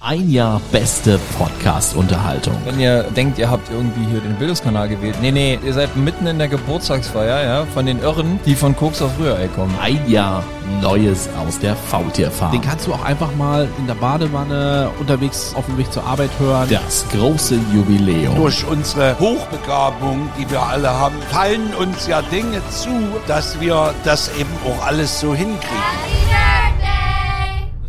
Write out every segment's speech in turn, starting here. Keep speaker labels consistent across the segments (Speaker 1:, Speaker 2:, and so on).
Speaker 1: Ein Jahr beste Podcast-Unterhaltung.
Speaker 2: Wenn ihr denkt, ihr habt irgendwie hier den Bildungskanal gewählt. Nee, nee, ihr seid mitten in der Geburtstagsfeier, ja, von den Irren, die von Koks auf Rührei kommen.
Speaker 1: Ein Jahr Neues aus der Faultierfarm.
Speaker 3: Den kannst du auch einfach mal in der Badewanne unterwegs auf dem Weg zur Arbeit hören.
Speaker 1: Das große Jubiläum.
Speaker 4: Durch unsere Hochbegabung, die wir alle haben, fallen uns ja Dinge zu, dass wir das eben auch alles so hinkriegen.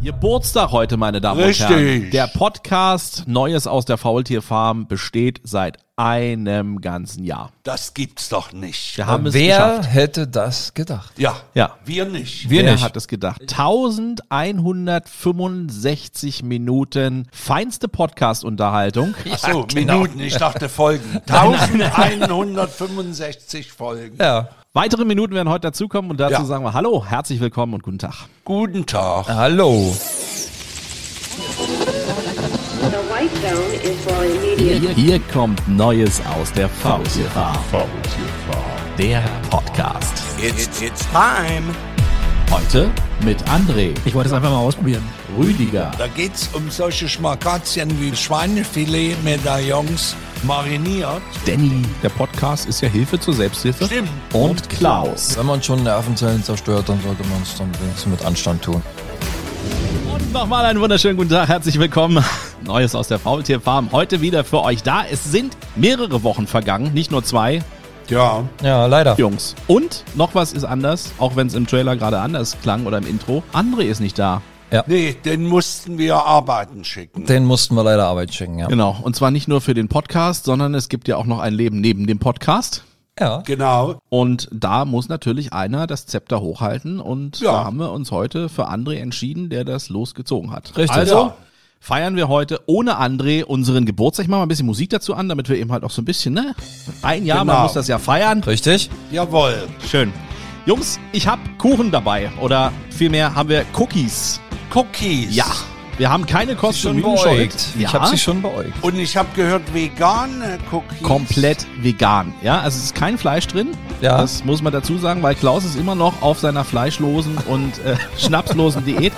Speaker 3: Geburtstag heute, meine Damen
Speaker 4: Richtig.
Speaker 3: und Herren. Der Podcast Neues aus der Faultierfarm besteht seit einem ganzen Jahr.
Speaker 4: Das gibt's doch nicht.
Speaker 3: Wir haben es
Speaker 2: Wer
Speaker 3: geschafft.
Speaker 2: hätte das gedacht?
Speaker 4: Ja,
Speaker 3: Ja.
Speaker 4: wir nicht.
Speaker 2: Wir
Speaker 3: Wer
Speaker 2: nicht.
Speaker 3: hat es gedacht? 1165 Minuten feinste Podcast-Unterhaltung.
Speaker 4: Ach so,
Speaker 3: Genau.
Speaker 4: Minuten, ich dachte Folgen. 1165 Folgen.
Speaker 2: Ja.
Speaker 3: Weitere Minuten werden heute dazukommen und dazu
Speaker 4: Ja.
Speaker 3: sagen wir Hallo, herzlich willkommen und guten Tag.
Speaker 4: Guten Tag.
Speaker 2: Hallo.
Speaker 5: The white zone is for immediate
Speaker 1: Hier, hier kommt Neues aus der Faultierfarm. Der Podcast.
Speaker 4: It's, it's time.
Speaker 1: Heute mit André,
Speaker 6: Ich wollte es einfach mal ausprobieren.
Speaker 1: Rüdiger,
Speaker 4: Da geht's um solche Schmakazien wie Schweinefilet, Medaillons, mariniert.
Speaker 1: Danny
Speaker 3: Der Podcast ist ja Hilfe zur Selbsthilfe.
Speaker 4: Stimmt.
Speaker 1: und Klaus.
Speaker 2: Wenn man schon Nervenzellen zerstört, dann sollte man es dann wenigstens mit Anstand tun.
Speaker 3: Und nochmal einen wunderschönen guten Tag, herzlich willkommen. Neues aus der Faultierfarm heute wieder für euch da. Es sind mehrere Wochen vergangen, nicht nur zwei
Speaker 4: Ja.
Speaker 2: Ja, leider.
Speaker 3: Jungs. Und noch was ist anders, auch wenn es im Trailer gerade anders klang oder im Intro. André ist nicht da.
Speaker 4: Nee, den mussten wir arbeiten schicken.
Speaker 2: Den mussten wir leider Arbeit schicken, ja.
Speaker 3: Genau. Und zwar nicht nur für den Podcast, sondern es gibt ja auch noch ein Leben neben dem Podcast.
Speaker 2: Ja.
Speaker 4: Genau.
Speaker 3: Und da muss natürlich einer das Zepter hochhalten. Und
Speaker 4: Ja.
Speaker 3: da haben wir uns heute für André entschieden, der das losgezogen hat.
Speaker 2: Richtig.
Speaker 3: Also
Speaker 2: Ja.
Speaker 3: feiern wir heute ohne André unseren Geburtstag. Ich mache mal ein bisschen Musik dazu an, damit wir eben halt auch so ein bisschen, ne? Ein Jahr, man
Speaker 4: Genau.
Speaker 3: muss das ja feiern.
Speaker 2: Richtig?
Speaker 4: Jawohl.
Speaker 3: Schön. Jungs, ich habe Kuchen dabei. Oder vielmehr haben wir Cookies.
Speaker 4: Cookies.
Speaker 3: Ja. Wir haben keine
Speaker 2: Schon
Speaker 3: Kostüme
Speaker 2: beäugt. Ich habe sie schon beäugt.
Speaker 4: Und ich habe gehört, vegane Cookies.
Speaker 3: komplett vegan. Ja, also es ist kein Fleisch drin.
Speaker 2: Ja.
Speaker 3: Das muss man dazu sagen, weil Klaus ist immer noch auf seiner fleischlosen und äh, schnapslosen Diät.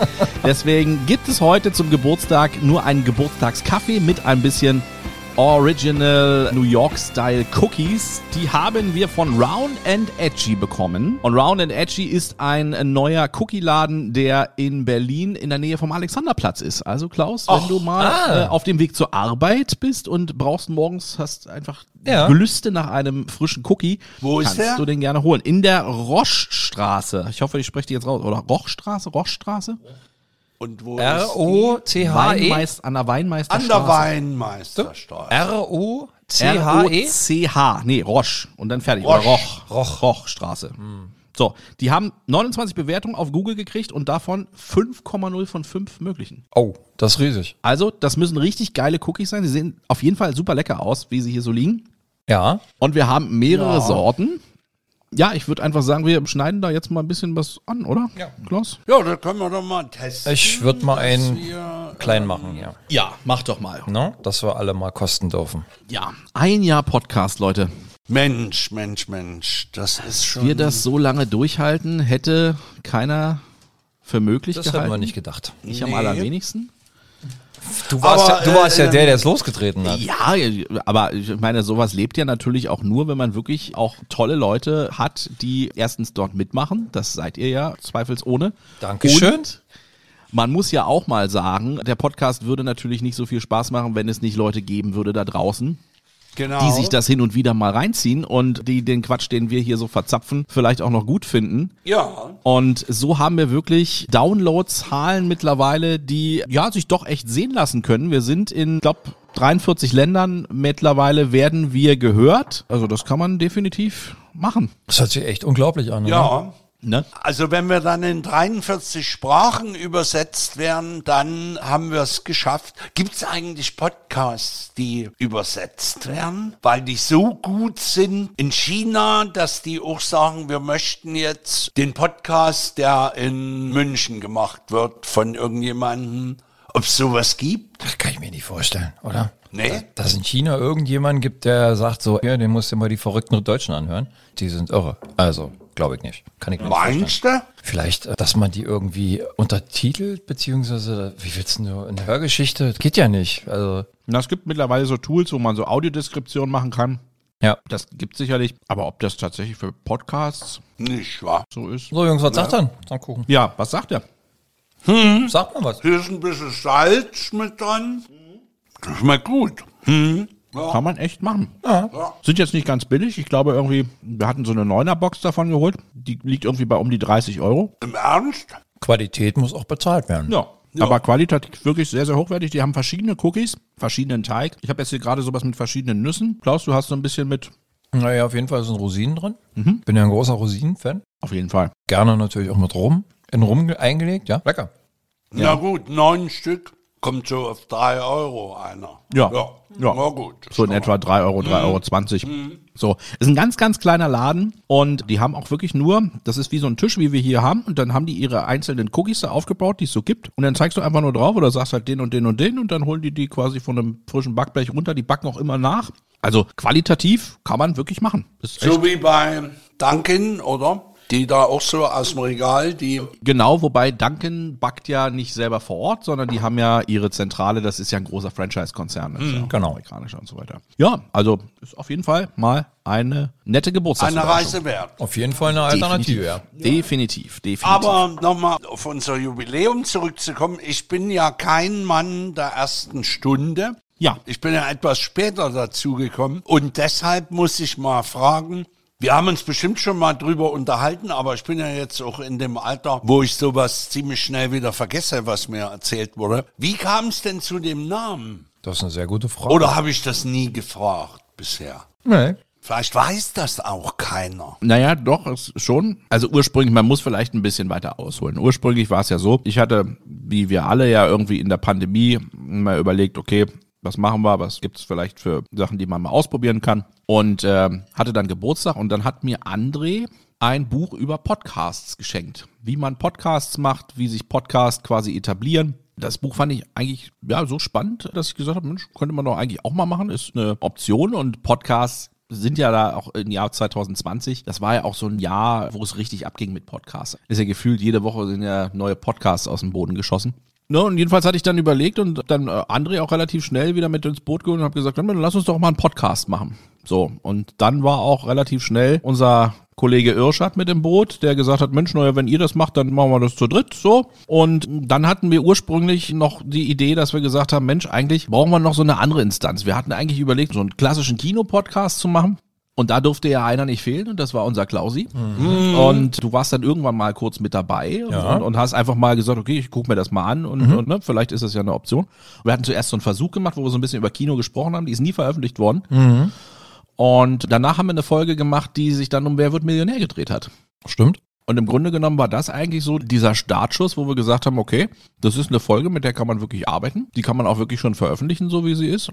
Speaker 3: Deswegen gibt es heute zum Geburtstag nur einen Geburtstagskaffee mit ein bisschen Original New York Style Cookies. Die haben wir von Round and Edgy bekommen. Und Round and Edgy ist ein neuer Cookie-Laden, der in Berlin in der Nähe vom Alexanderplatz ist. Also Klaus, wenn du mal
Speaker 2: ah.
Speaker 3: äh, auf dem Weg zur Arbeit bist und brauchst morgens, hast einfach
Speaker 2: Ja.
Speaker 3: Gelüste nach einem frischen Cookie,
Speaker 4: Wo ist
Speaker 3: kannst
Speaker 4: der?
Speaker 3: du den gerne holen. In der Rochstraße. Ich hoffe, ich spreche die jetzt raus. Oder Rochstraße? Rochstraße?
Speaker 4: Und wo ist die?
Speaker 2: R-O-C-H-E?
Speaker 3: Weinmeist, an der Weinmeisterstraße.
Speaker 4: An der Weinmeisterstraße.
Speaker 2: R-O-C-H-E?
Speaker 3: R-O-C-H. Nee, Roche. Und dann fertig. Oder
Speaker 4: Roche.
Speaker 3: Roch. Roch. Rochstraße. So, die haben 29 Bewertungen auf Google gekriegt und davon 5,0 von 5 möglichen.
Speaker 2: Oh, das ist riesig.
Speaker 3: Also, das müssen richtig geile Cookies sein. Die sehen auf jeden Fall super lecker aus, wie sie hier so liegen.
Speaker 2: Ja.
Speaker 3: Und wir haben mehrere Sorten. Ja, ich würde einfach sagen, wir schneiden da jetzt mal ein bisschen was an, oder? Ja. Klaus?
Speaker 4: Ja, da können wir doch mal testen.
Speaker 2: Ich würde mal einen
Speaker 4: Ja,
Speaker 2: klein machen, ja.
Speaker 3: Ja, mach doch mal.
Speaker 2: Ne? Dass wir alle mal kosten dürfen.
Speaker 3: Ja, ein Jahr Podcast, Leute.
Speaker 4: Mensch, Mensch, Mensch, das ist schon.
Speaker 3: Wir das so lange durchhalten, hätte keiner für möglich
Speaker 2: Das
Speaker 3: gehalten.
Speaker 2: hätten wir nicht gedacht.
Speaker 3: Ich am
Speaker 4: Nee.
Speaker 3: allerwenigsten.
Speaker 2: Du warst,
Speaker 4: Aber,
Speaker 2: ja, du warst
Speaker 4: äh,
Speaker 2: ja der, der es losgetreten hat.
Speaker 3: Ja, aber ich meine, sowas lebt ja natürlich auch nur, wenn man wirklich auch tolle Leute hat, die erstens dort mitmachen. Das seid ihr ja zweifelsohne.
Speaker 2: Dankeschön.
Speaker 3: Und man muss ja auch mal sagen, der Podcast würde natürlich nicht so viel Spaß machen, wenn es nicht Leute geben würde da draußen,
Speaker 4: genau.
Speaker 3: die sich das hin und wieder mal reinziehen und die den Quatsch, den wir hier so verzapfen, vielleicht auch noch gut finden.
Speaker 4: Ja,
Speaker 3: Und so haben wir wirklich Downloadzahlen mittlerweile, die ja sich doch echt sehen lassen können. Wir sind in, glaube 43 Ländern mittlerweile werden wir gehört. Also das kann man definitiv machen.
Speaker 2: Das hört sich echt unglaublich an. oder?
Speaker 4: ja.
Speaker 3: Ne?
Speaker 4: Also wenn wir dann in 43 Sprachen übersetzt werden, dann haben wir es geschafft. Gibt es eigentlich Podcasts, die übersetzt werden, weil die so gut sind in China, dass die auch sagen, wir möchten jetzt den Podcast, der in München gemacht wird von irgendjemandem, ob es sowas gibt?
Speaker 2: Das kann ich mir nicht vorstellen, oder?
Speaker 4: Nee.
Speaker 2: Dass in China irgendjemand gibt, der sagt so, ja, den musst du mal die verrückten Deutschen anhören. Die sind irre. Also, Glaube ich nicht. Kann ich mir nicht vorstellen.
Speaker 4: Meinst du?
Speaker 2: Vielleicht, äh, dass man die irgendwie untertitelt, beziehungsweise, äh, wie willst du eine Hörgeschichte? Das geht ja nicht. Also,
Speaker 3: Na, es gibt mittlerweile so Tools, wo man so Audiodeskription machen kann.
Speaker 2: ja.
Speaker 3: Das gibt sicherlich. Aber ob das tatsächlich für Podcasts
Speaker 4: Nicht wahr?
Speaker 3: so ist?
Speaker 2: So, Jungs, was sagt dann? Pfannkuchen.
Speaker 3: Ja, was sagt er?
Speaker 2: Sagt mal was.
Speaker 4: Hier ist ein bisschen Salz mit dran. Das schmeckt gut.
Speaker 3: Kann man echt machen. Sind jetzt nicht ganz billig. Ich glaube irgendwie, wir hatten so eine Neuner-Box davon geholt. Die liegt irgendwie bei um die 30 Euro.
Speaker 4: Im Ernst?
Speaker 2: Qualität muss auch bezahlt werden.
Speaker 3: Ja. Aber qualitativ wirklich sehr, sehr hochwertig. Die haben verschiedene Cookies, verschiedenen Teig. Ich habe jetzt hier gerade sowas mit verschiedenen Nüssen. Klaus, du hast so ein bisschen mit.
Speaker 2: Naja, auf jeden Fall sind Rosinen drin. Bin ja ein großer Rosinen-Fan.
Speaker 3: Auf jeden Fall.
Speaker 2: Gerne natürlich auch mit Rum. In Rum ge- eingelegt, ja. Lecker.
Speaker 4: Na gut, neun Stück. Kommt so auf drei Euro einer.
Speaker 3: Ja.
Speaker 4: Ja,
Speaker 3: Ja.
Speaker 4: Na gut.
Speaker 3: So in etwa 3 Euro, 3,20 Euro. 20. So, ist ein ganz, ganz kleiner Laden und die haben auch wirklich nur, das ist wie so ein Tisch, wie wir hier haben und dann haben die ihre einzelnen Cookies da aufgebaut, die es so gibt und dann zeigst du einfach nur drauf oder sagst halt den und den und den und dann holen die die quasi von einem frischen Backblech runter, die backen auch immer nach. Also qualitativ kann man wirklich machen. Ist echt
Speaker 4: So wie bei Duncan, oder? Die da auch so aus dem Regal, die.
Speaker 3: Genau, wobei Duncan backt ja nicht selber vor Ort, sondern die haben ja ihre Zentrale, das ist ja ein großer Franchise-Konzern. das ist ja auch
Speaker 2: genau.
Speaker 3: Amerikanischer und so weiter. Ja, also ist auf jeden Fall mal eine nette
Speaker 4: Eine
Speaker 3: Geburtstagsüberraschung.
Speaker 4: Reise wert.
Speaker 2: Auf jeden Fall eine Alternative, ja.
Speaker 3: Definitiv, definitiv.
Speaker 4: Aber nochmal auf unser Jubiläum zurückzukommen. Ich bin ja kein Mann der ersten Stunde.
Speaker 3: Ja.
Speaker 4: Ich bin ja etwas später dazugekommen. Und deshalb muss ich mal fragen, wir haben uns bestimmt schon mal drüber unterhalten, aber ich bin ja jetzt auch in dem Alter, wo ich sowas ziemlich schnell wieder vergesse, was mir erzählt wurde. Wie kam es denn zu dem Namen?
Speaker 2: Das ist eine sehr gute Frage.
Speaker 4: Oder habe ich das nie gefragt bisher?
Speaker 2: Nee.
Speaker 4: Vielleicht weiß das auch keiner.
Speaker 3: Naja, doch, es schon. Also ursprünglich, man muss vielleicht ein bisschen weiter ausholen. Ursprünglich war es ja so, ich hatte, wie wir alle ja irgendwie in der Pandemie, mal überlegt, okay, was machen wir, was gibt es vielleicht für Sachen, die man mal ausprobieren kann. Und ähm, hatte dann Geburtstag und dann hat mir André ein Buch über Podcasts geschenkt. Wie man Podcasts macht, wie sich Podcasts quasi etablieren. Das Buch fand ich eigentlich ja so spannend, dass ich gesagt habe, Mensch, könnte man doch eigentlich auch mal machen, ist eine Option und Podcasts sind ja da auch im Jahr 2020. Das war ja auch so ein Jahr, wo es richtig abging mit Podcasts. Ist ja gefühlt, jede Woche sind ja neue Podcasts aus dem Boden geschossen. Ne, und jedenfalls hatte ich dann überlegt und hab dann äh, André auch relativ schnell wieder mit ins Boot geholt und habe gesagt, "Mensch, lass uns doch mal einen Podcast machen. So, und dann war auch relativ schnell unser Kollege Irschat mit im Boot, der gesagt hat, Mensch, naja, wenn ihr das macht, dann machen wir das zu dritt, so. Und dann hatten wir ursprünglich noch die Idee, dass wir gesagt haben, Mensch, eigentlich brauchen wir noch so eine andere Instanz. Wir hatten eigentlich überlegt, so einen klassischen Kinopodcast zu machen. Und da durfte ja einer nicht fehlen und das war unser Klausi. Und du warst dann irgendwann mal kurz mit dabei und, und, und hast einfach mal gesagt, okay, ich gucke mir das mal an und, und ne, vielleicht ist das ja eine Option. Und wir hatten zuerst so einen Versuch gemacht, wo wir so ein bisschen über Kino gesprochen haben, die ist nie veröffentlicht worden. Und danach haben wir eine Folge gemacht, die sich dann um Wer wird Millionär gedreht hat.
Speaker 2: Stimmt.
Speaker 3: Und im Grunde genommen war das eigentlich so dieser Startschuss, wo wir gesagt haben, okay, das ist eine Folge, mit der kann man wirklich arbeiten. Die kann man auch wirklich schon veröffentlichen, so wie sie ist.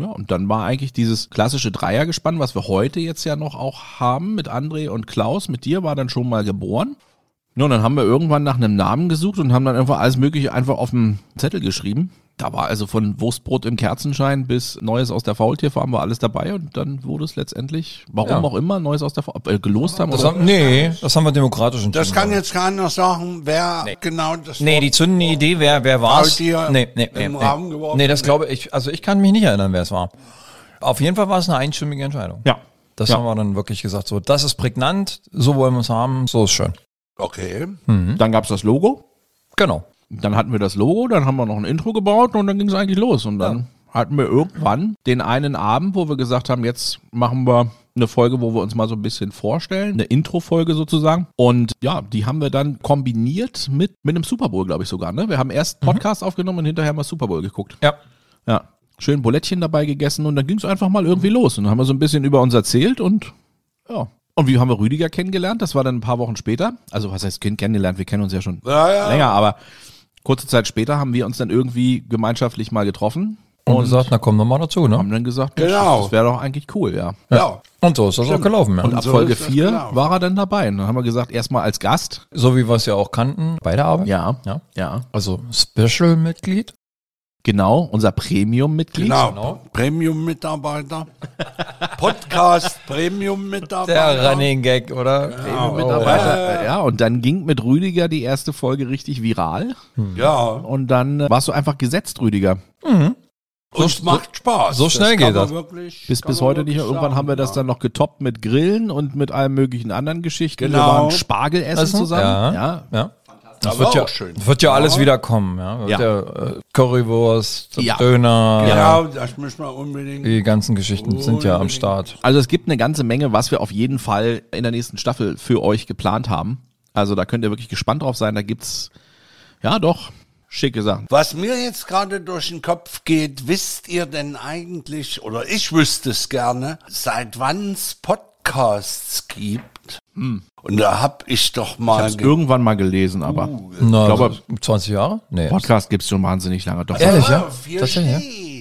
Speaker 3: Ja, und dann war eigentlich dieses klassische Dreiergespann, was wir heute jetzt ja noch auch haben mit André und Klaus, mit dir war dann schon mal geboren. Ja, und dann haben wir irgendwann nach einem Namen gesucht und haben dann einfach alles Mögliche einfach auf dem Zettel geschrieben. Da war also von Wurstbrot im Kerzenschein bis Neues aus der Faultierfarm war alles dabei und dann wurde es letztendlich, warum
Speaker 2: Ja.
Speaker 3: auch immer, Neues aus der Faultierfarm, ob wir gelost haben
Speaker 2: Das
Speaker 3: oder
Speaker 2: haben, nee, das haben wir demokratisch entschieden.
Speaker 4: Das kann jetzt keiner sagen, wer genau das
Speaker 2: Nee, die zündende Idee, wer, wer war's?
Speaker 4: Faultier
Speaker 2: Nee, nee, nee,
Speaker 4: im
Speaker 2: nee.
Speaker 4: Rahmen geworfen.
Speaker 2: Nee, das glaube ich, also ich kann mich nicht erinnern, wer es war. Auf jeden Fall war es eine einstimmige Entscheidung.
Speaker 3: Ja.
Speaker 2: Das
Speaker 3: Ja.
Speaker 2: haben wir dann wirklich gesagt, so, das ist prägnant, so wollen wir es haben, so ist schön.
Speaker 4: Okay.
Speaker 2: Hm.
Speaker 3: Dann gab's das Logo.
Speaker 2: Genau.
Speaker 3: Dann hatten wir das Logo, dann haben wir noch ein Intro gebaut und dann ging's eigentlich los. Und dann hatten wir irgendwann den einen Abend, wo wir gesagt haben, jetzt machen wir eine Folge, wo wir uns mal so ein bisschen vorstellen, eine Intro-Folge sozusagen. Und ja, die haben wir dann kombiniert mit, mit einem Super Bowl, glaube ich sogar. Ne? Wir haben erst Podcast aufgenommen und hinterher haben wir Super Bowl geguckt.
Speaker 2: Ja.
Speaker 3: Ja, schön Bulettchen dabei gegessen und dann ging's einfach mal irgendwie los. Und dann haben wir so ein bisschen über uns erzählt und ja. Und wie haben wir Rüdiger kennengelernt? Das war dann ein paar Wochen später. Also was heißt Kind kennengelernt? Wir kennen uns ja schon
Speaker 4: Ja, ja.
Speaker 3: länger, aber kurze Zeit später haben wir uns dann irgendwie gemeinschaftlich mal getroffen
Speaker 2: Und, gesagt, na komm nochmal dazu, ne?
Speaker 3: und dann gesagt, Mensch,
Speaker 4: Genau.
Speaker 3: das, das wäre doch eigentlich cool, ja.
Speaker 4: Ja.
Speaker 2: Und so ist das auch gelaufen, ja.
Speaker 3: Und ab
Speaker 4: so
Speaker 3: Folge
Speaker 4: ist das
Speaker 3: 4
Speaker 4: gelaufen.
Speaker 3: war er dann dabei. Und dann haben wir gesagt, erstmal als Gast.
Speaker 2: so wie wir es ja auch kannten, bei der Arbeit.
Speaker 3: Ja.
Speaker 2: ja.
Speaker 3: Ja.
Speaker 2: Also Special-Mitglied.
Speaker 3: Genau, unser Premium-Mitglied.
Speaker 4: Genau. Premium-Mitarbeiter. Podcast
Speaker 2: Der
Speaker 4: Premium-Mitarbeiter.
Speaker 2: Running Gag, oder?
Speaker 3: oh,
Speaker 4: Oh,
Speaker 3: Mitarbeiter. Ja, und dann ging mit Rüdiger die erste Folge richtig viral.
Speaker 4: Ja.
Speaker 3: Und dann äh, warst du einfach gesetzt, Rüdiger.
Speaker 4: Und es macht Spaß.
Speaker 2: so schnell
Speaker 4: kann
Speaker 2: geht
Speaker 4: man
Speaker 2: das.
Speaker 4: Wirklich,
Speaker 3: Bis,
Speaker 4: kann
Speaker 3: bis
Speaker 4: man
Speaker 3: heute nicht.
Speaker 4: wirklich
Speaker 3: Irgendwann
Speaker 4: sagen,
Speaker 3: haben wir das dann noch getoppt mit Grillen und mit allen möglichen anderen Geschichten. Wir
Speaker 4: Genau.
Speaker 3: waren Spargel essen
Speaker 2: Essen?
Speaker 3: zusammen. Ja.
Speaker 2: Ja. Das
Speaker 4: Aber
Speaker 2: wird ja,
Speaker 4: auch schön.
Speaker 2: wird ja alles wieder kommen. Ja.
Speaker 3: Ja.
Speaker 2: Wird ja. äh, Currywurst,
Speaker 3: Ja. Genau.
Speaker 2: Döner,
Speaker 4: Ja, das müssen wir unbedingt.
Speaker 2: die ganzen Geschichten sind ja am Start.
Speaker 3: Also es gibt eine ganze Menge, was wir auf jeden Fall in der nächsten Staffel für euch geplant haben. Also da könnt ihr wirklich gespannt drauf sein. Da gibt's ja doch schicke Sachen.
Speaker 4: Was mir jetzt gerade durch den Kopf geht, wisst ihr denn eigentlich, oder ich wüsste es gerne, seit wann es Podcasts gibt? Und da hab ich doch mal
Speaker 3: Hab's
Speaker 4: ge-
Speaker 3: irgendwann mal gelesen, aber
Speaker 2: Na,
Speaker 3: glaube-
Speaker 2: also 20 Jahre? Nee.
Speaker 3: Podcast gibt's schon wahnsinnig lange. Doch.
Speaker 2: Ehrlich, ja?
Speaker 4: Auf, Oh, hier
Speaker 2: Das ja, ja.
Speaker 4: steht's.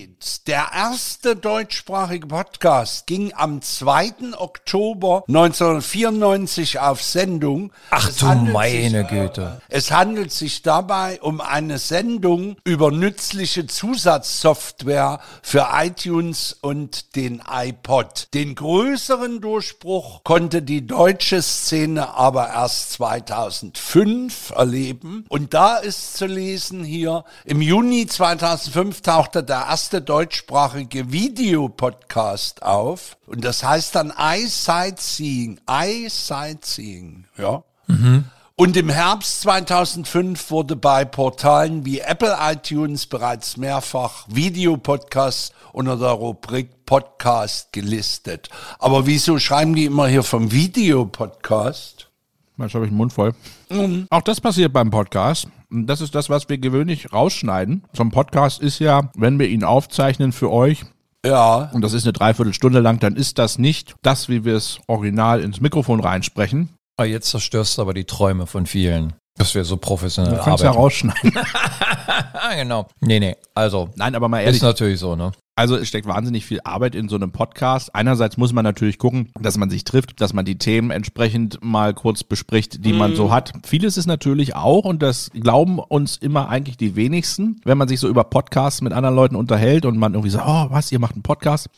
Speaker 4: Der erste deutschsprachige Podcast ging am 2. Oktober 1994 auf Sendung.
Speaker 2: Ach
Speaker 4: Es
Speaker 2: du
Speaker 4: handelt
Speaker 2: meine
Speaker 4: sich,
Speaker 2: Güte.
Speaker 4: Es handelt sich dabei um eine Sendung über nützliche Zusatzsoftware für iTunes und den iPod. Den größeren Durchbruch konnte die deutsche Szene aber erst 2005 erleben. Und da ist zu lesen hier, im Juni 2005 tauchte der erste deutschsprachige Videopodcast auf. Und das heißt dann iSightseeing. iSightseeing, ja. Und im Herbst 2005 wurde bei Portalen wie Apple iTunes bereits mehrfach Videopodcasts unter der Rubrik Podcast gelistet. Aber wieso schreiben die immer hier vom Videopodcast?
Speaker 3: Manchmal habe ich den Mund voll.
Speaker 2: Mhm.
Speaker 3: Auch das passiert beim Podcast. Und Das ist das, was wir gewöhnlich rausschneiden. So ein Podcast ist ja, wenn wir ihn aufzeichnen für euch,
Speaker 4: Ja,
Speaker 3: und das ist eine Dreiviertelstunde lang, dann ist das nicht das, wie wir es original ins Mikrofon reinsprechen.
Speaker 2: Ah, Jetzt zerstörst du aber die Träume von vielen, dass wir so professionell
Speaker 3: Du kannst ja
Speaker 2: arbeiten.
Speaker 3: rausschneiden.
Speaker 2: Ah, genau. Nee, nee. Also,
Speaker 3: Nein, aber mal
Speaker 2: ist natürlich so, ne?
Speaker 3: Also es steckt wahnsinnig viel Arbeit in so einem Podcast. Einerseits muss man natürlich gucken, dass man sich trifft, dass man die Themen entsprechend mal kurz bespricht, die man so hat. Vieles ist natürlich auch, und das glauben uns immer eigentlich die wenigsten, wenn man sich so über Podcasts mit anderen Leuten unterhält und man irgendwie sagt, oh was, ihr macht einen Podcast,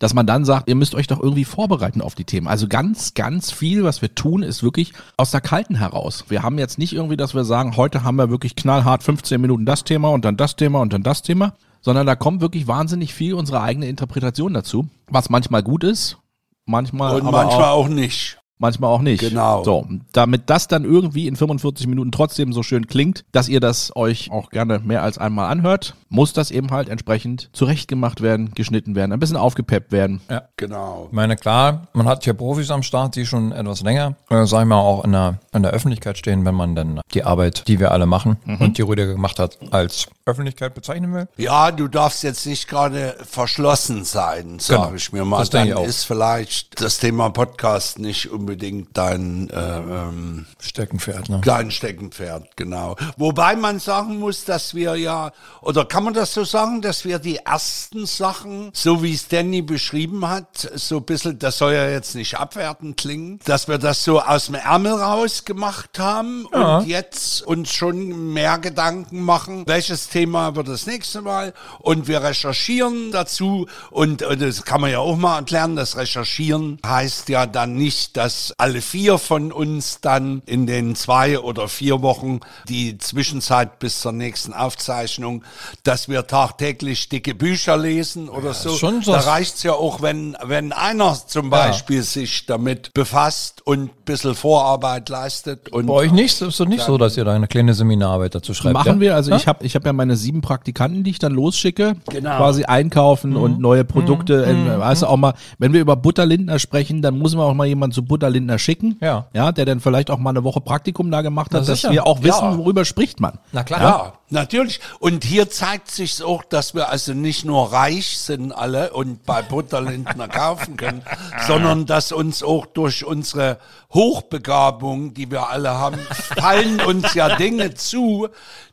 Speaker 3: dass man dann sagt, ihr müsst euch doch irgendwie vorbereiten auf die Themen. Also ganz, ganz viel, was wir tun, ist wirklich aus der Kalten heraus. Wir haben jetzt nicht irgendwie, dass wir sagen, heute haben wir wirklich knallhart 15 Minuten das Thema und dann das Thema und dann das Thema, sondern da kommt wirklich wahnsinnig viel unsere eigene Interpretation dazu, was manchmal gut ist, manchmal,
Speaker 4: und
Speaker 3: aber
Speaker 4: manchmal
Speaker 3: auch,
Speaker 4: auch nicht.
Speaker 3: manchmal auch nicht.
Speaker 4: Genau.
Speaker 3: So, damit das dann irgendwie in 45 Minuten trotzdem so schön klingt, dass ihr das euch auch gerne mehr als einmal anhört, muss das eben halt entsprechend zurechtgemacht werden, geschnitten werden, ein bisschen aufgepeppt werden.
Speaker 4: Genau.
Speaker 2: Ich meine, klar, man hat hier Profis am Start, die schon etwas länger, äh, sag ich mal, auch in der, in der Öffentlichkeit stehen, wenn man dann die Arbeit, die wir alle machen
Speaker 3: Mhm.
Speaker 2: und die Rüdiger gemacht hat, als Öffentlichkeit bezeichnen will.
Speaker 4: Ja, du darfst jetzt nicht gerade verschlossen sein, sage
Speaker 2: Genau.
Speaker 4: ich mir mal.
Speaker 2: Das
Speaker 4: Dann
Speaker 2: denke ich auch.
Speaker 4: ist vielleicht das Thema Podcast nicht unbedingt dein äh, ähm,
Speaker 2: Steckenpferd, ne?
Speaker 4: Dein Steckenpferd, genau. Wobei man sagen muss, dass wir ja, oder kann man das so sagen, dass wir die ersten Sachen, so wie es Danny beschrieben hat, so ein bisschen, das soll ja jetzt nicht abwertend klingen, dass wir das so aus dem Ärmel raus gemacht haben und jetzt uns schon mehr Gedanken machen, welches Thema wird das nächste Mal und wir recherchieren dazu und, und das kann man ja auch mal erklären, das Recherchieren heißt ja dann nicht, dass alle vier von uns dann in den zwei oder vier Wochen die Zwischenzeit bis zur nächsten Aufzeichnung, dass wir tagtäglich dicke Bücher lesen oder so.
Speaker 2: schon so.
Speaker 4: da reicht's ja auch, wenn, wenn einer zum Beispiel sich damit befasst und ein bisschen Vorarbeit leistet und
Speaker 2: Bei euch nicht, ist doch nicht so, dass ihr da eine kleine Seminararbeit dazu schreibt.
Speaker 3: Machen
Speaker 2: ja?
Speaker 3: wir, also
Speaker 2: ja?
Speaker 3: ich habe ich hab ja meine sieben Praktikanten, die ich dann losschicke, quasi einkaufen
Speaker 2: Mhm.
Speaker 3: und neue Produkte, äh, weißt du auch mal, wenn wir über Butterlindner sprechen, dann muss man auch mal jemanden zu Butterlindner schicken,
Speaker 2: Ja.
Speaker 3: ja, der dann vielleicht auch mal eine Woche Praktikum da gemacht hat,
Speaker 2: Na,
Speaker 3: dass
Speaker 2: sicher.
Speaker 3: wir auch wissen,
Speaker 4: Ja.
Speaker 3: worüber spricht man.
Speaker 2: Na klar.
Speaker 4: Ja, natürlich. Und hier zeigt sich auch, dass wir also nicht nur reich sind alle und bei Butterlindner kaufen können, sondern dass uns auch durch unsere Hochbegabung, die wir alle haben, fallen uns ja Dinge zu,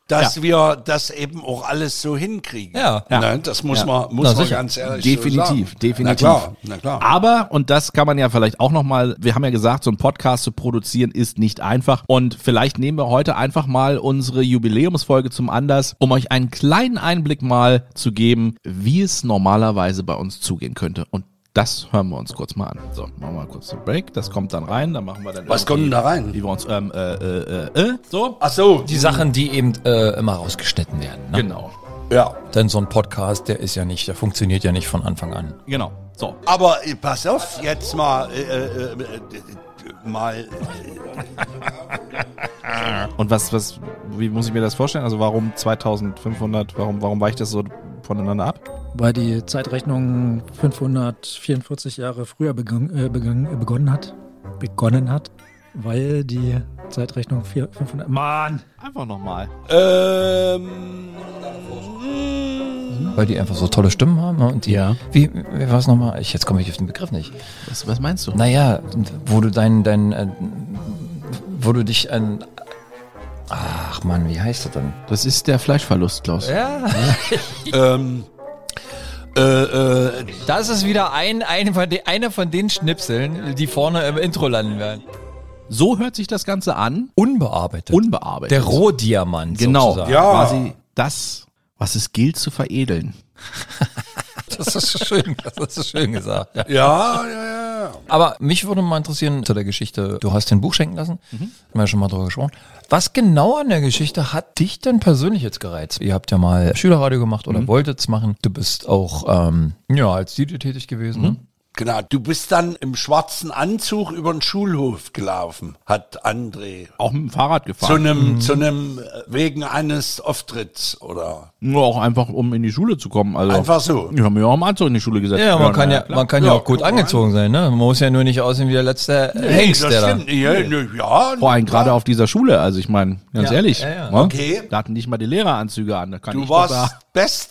Speaker 4: dass wir das eben auch alles so hinkriegen.
Speaker 2: Ja.
Speaker 4: Ne, das muss
Speaker 3: Ja.
Speaker 4: man,
Speaker 2: Na,
Speaker 4: muss man
Speaker 2: sicher.
Speaker 4: ganz ehrlich so sagen.
Speaker 3: Definitiv, definitiv.
Speaker 4: Na klar, na klar.
Speaker 3: Aber, und das kann man ja vielleicht auch nochmal, wir haben ja gesagt, so einen Podcast zu produzieren ist nicht einfach. Und vielleicht nehmen wir heute einfach mal unsere Jubiläumsfolge zum vollkommen anders, um euch einen kleinen Einblick mal zu geben, wie es normalerweise bei uns zugehen könnte. Und das hören wir uns kurz mal an. So, machen wir mal kurz den Break. Das kommt dann rein. Dann machen wir dann.
Speaker 4: Was kommt denn da rein? Ah.
Speaker 3: Wie wir uns. Ähm, äh, äh, äh, äh, so.
Speaker 4: Ach so,
Speaker 2: Die Sachen, die eben äh, immer rausgeschnitten werden. Ne?
Speaker 3: Genau.
Speaker 4: ja.
Speaker 2: Denn so ein Podcast, der ist ja nicht, der funktioniert ja nicht von Anfang an.
Speaker 3: Genau. So.
Speaker 4: Aber äh, pass auf, jetzt mal, äh, äh, äh, äh, mal,
Speaker 3: Und was, was, wie muss ich mir das vorstellen? Also warum 2500? Warum, warum weicht das so voneinander ab?
Speaker 6: Weil die Zeitrechnung 544 Jahre früher begann, äh, begann, äh, begonnen hat. Begonnen hat. Weil die Zeitrechnung 4, 500. Mann!
Speaker 3: Einfach nochmal.
Speaker 4: äh, ähm,
Speaker 2: Weil die einfach so tolle Stimmen haben. Ne? Und die,
Speaker 3: Ja.
Speaker 2: Wie, wie war es nochmal? Ich, jetzt komme ich auf den Begriff nicht.
Speaker 3: Was, was meinst du?
Speaker 2: Naja, wo du dein, dein, äh, wo du dich an, ach Mann, wie heißt das denn?
Speaker 3: Das ist der Fleischverlust, Klaus.
Speaker 4: ähm, äh, äh,
Speaker 2: Das ist wieder ein, ein, von de- einer von den Schnipseln, die vorne im Intro landen werden.
Speaker 3: So hört sich das Ganze an.
Speaker 2: Unbearbeitet.
Speaker 3: Unbearbeitet.
Speaker 2: Der Rohdiamant
Speaker 3: Genau.
Speaker 2: sozusagen.
Speaker 4: Ja.
Speaker 3: Quasi das, was es gilt zu veredeln.
Speaker 2: Das ist schön, das ist schön gesagt. Ja.
Speaker 4: ja, ja, ja.
Speaker 2: Aber mich würde mal interessieren zu der Geschichte, du hast den Buch schenken lassen,
Speaker 3: Mhm.
Speaker 2: haben wir ja schon mal drüber gesprochen. Was genau an der Geschichte hat dich denn persönlich jetzt gereizt? Ihr habt ja mal Schülerradio gemacht oder
Speaker 3: Mhm.
Speaker 2: wolltet's machen. Du bist auch ähm, ja, als DJ tätig gewesen.
Speaker 3: Mhm.
Speaker 2: Ne?
Speaker 4: Genau, du bist dann im schwarzen Anzug über den Schulhof gelaufen, hat André.
Speaker 3: Auch mit dem Fahrrad
Speaker 4: Zu
Speaker 3: gefahren.
Speaker 4: einem, zu einem, äh, wegen eines Auftritts oder
Speaker 3: Nur auch einfach, um in die Schule zu kommen. Also
Speaker 4: einfach so.
Speaker 3: Ich habe mir auch am Anzug in die Schule gesetzt.
Speaker 2: Ja, man kann
Speaker 3: na
Speaker 2: ja,
Speaker 3: klar.
Speaker 2: man kann ja, auch gut angezogen sein, ne? Man muss ja nur nicht aussehen wie der letzte Hengst, der
Speaker 4: das
Speaker 2: da.
Speaker 4: stimmt. Ja, ne, ja,
Speaker 3: Vor allem gerade auf dieser Schule. Also ich meine, ganz
Speaker 2: Ja,
Speaker 3: ehrlich.
Speaker 2: ja, ja.
Speaker 3: ne?
Speaker 4: Okay.
Speaker 3: Da hatten nicht mal die Lehreranzüge an. Da kann ich
Speaker 4: Du
Speaker 3: doch
Speaker 4: warst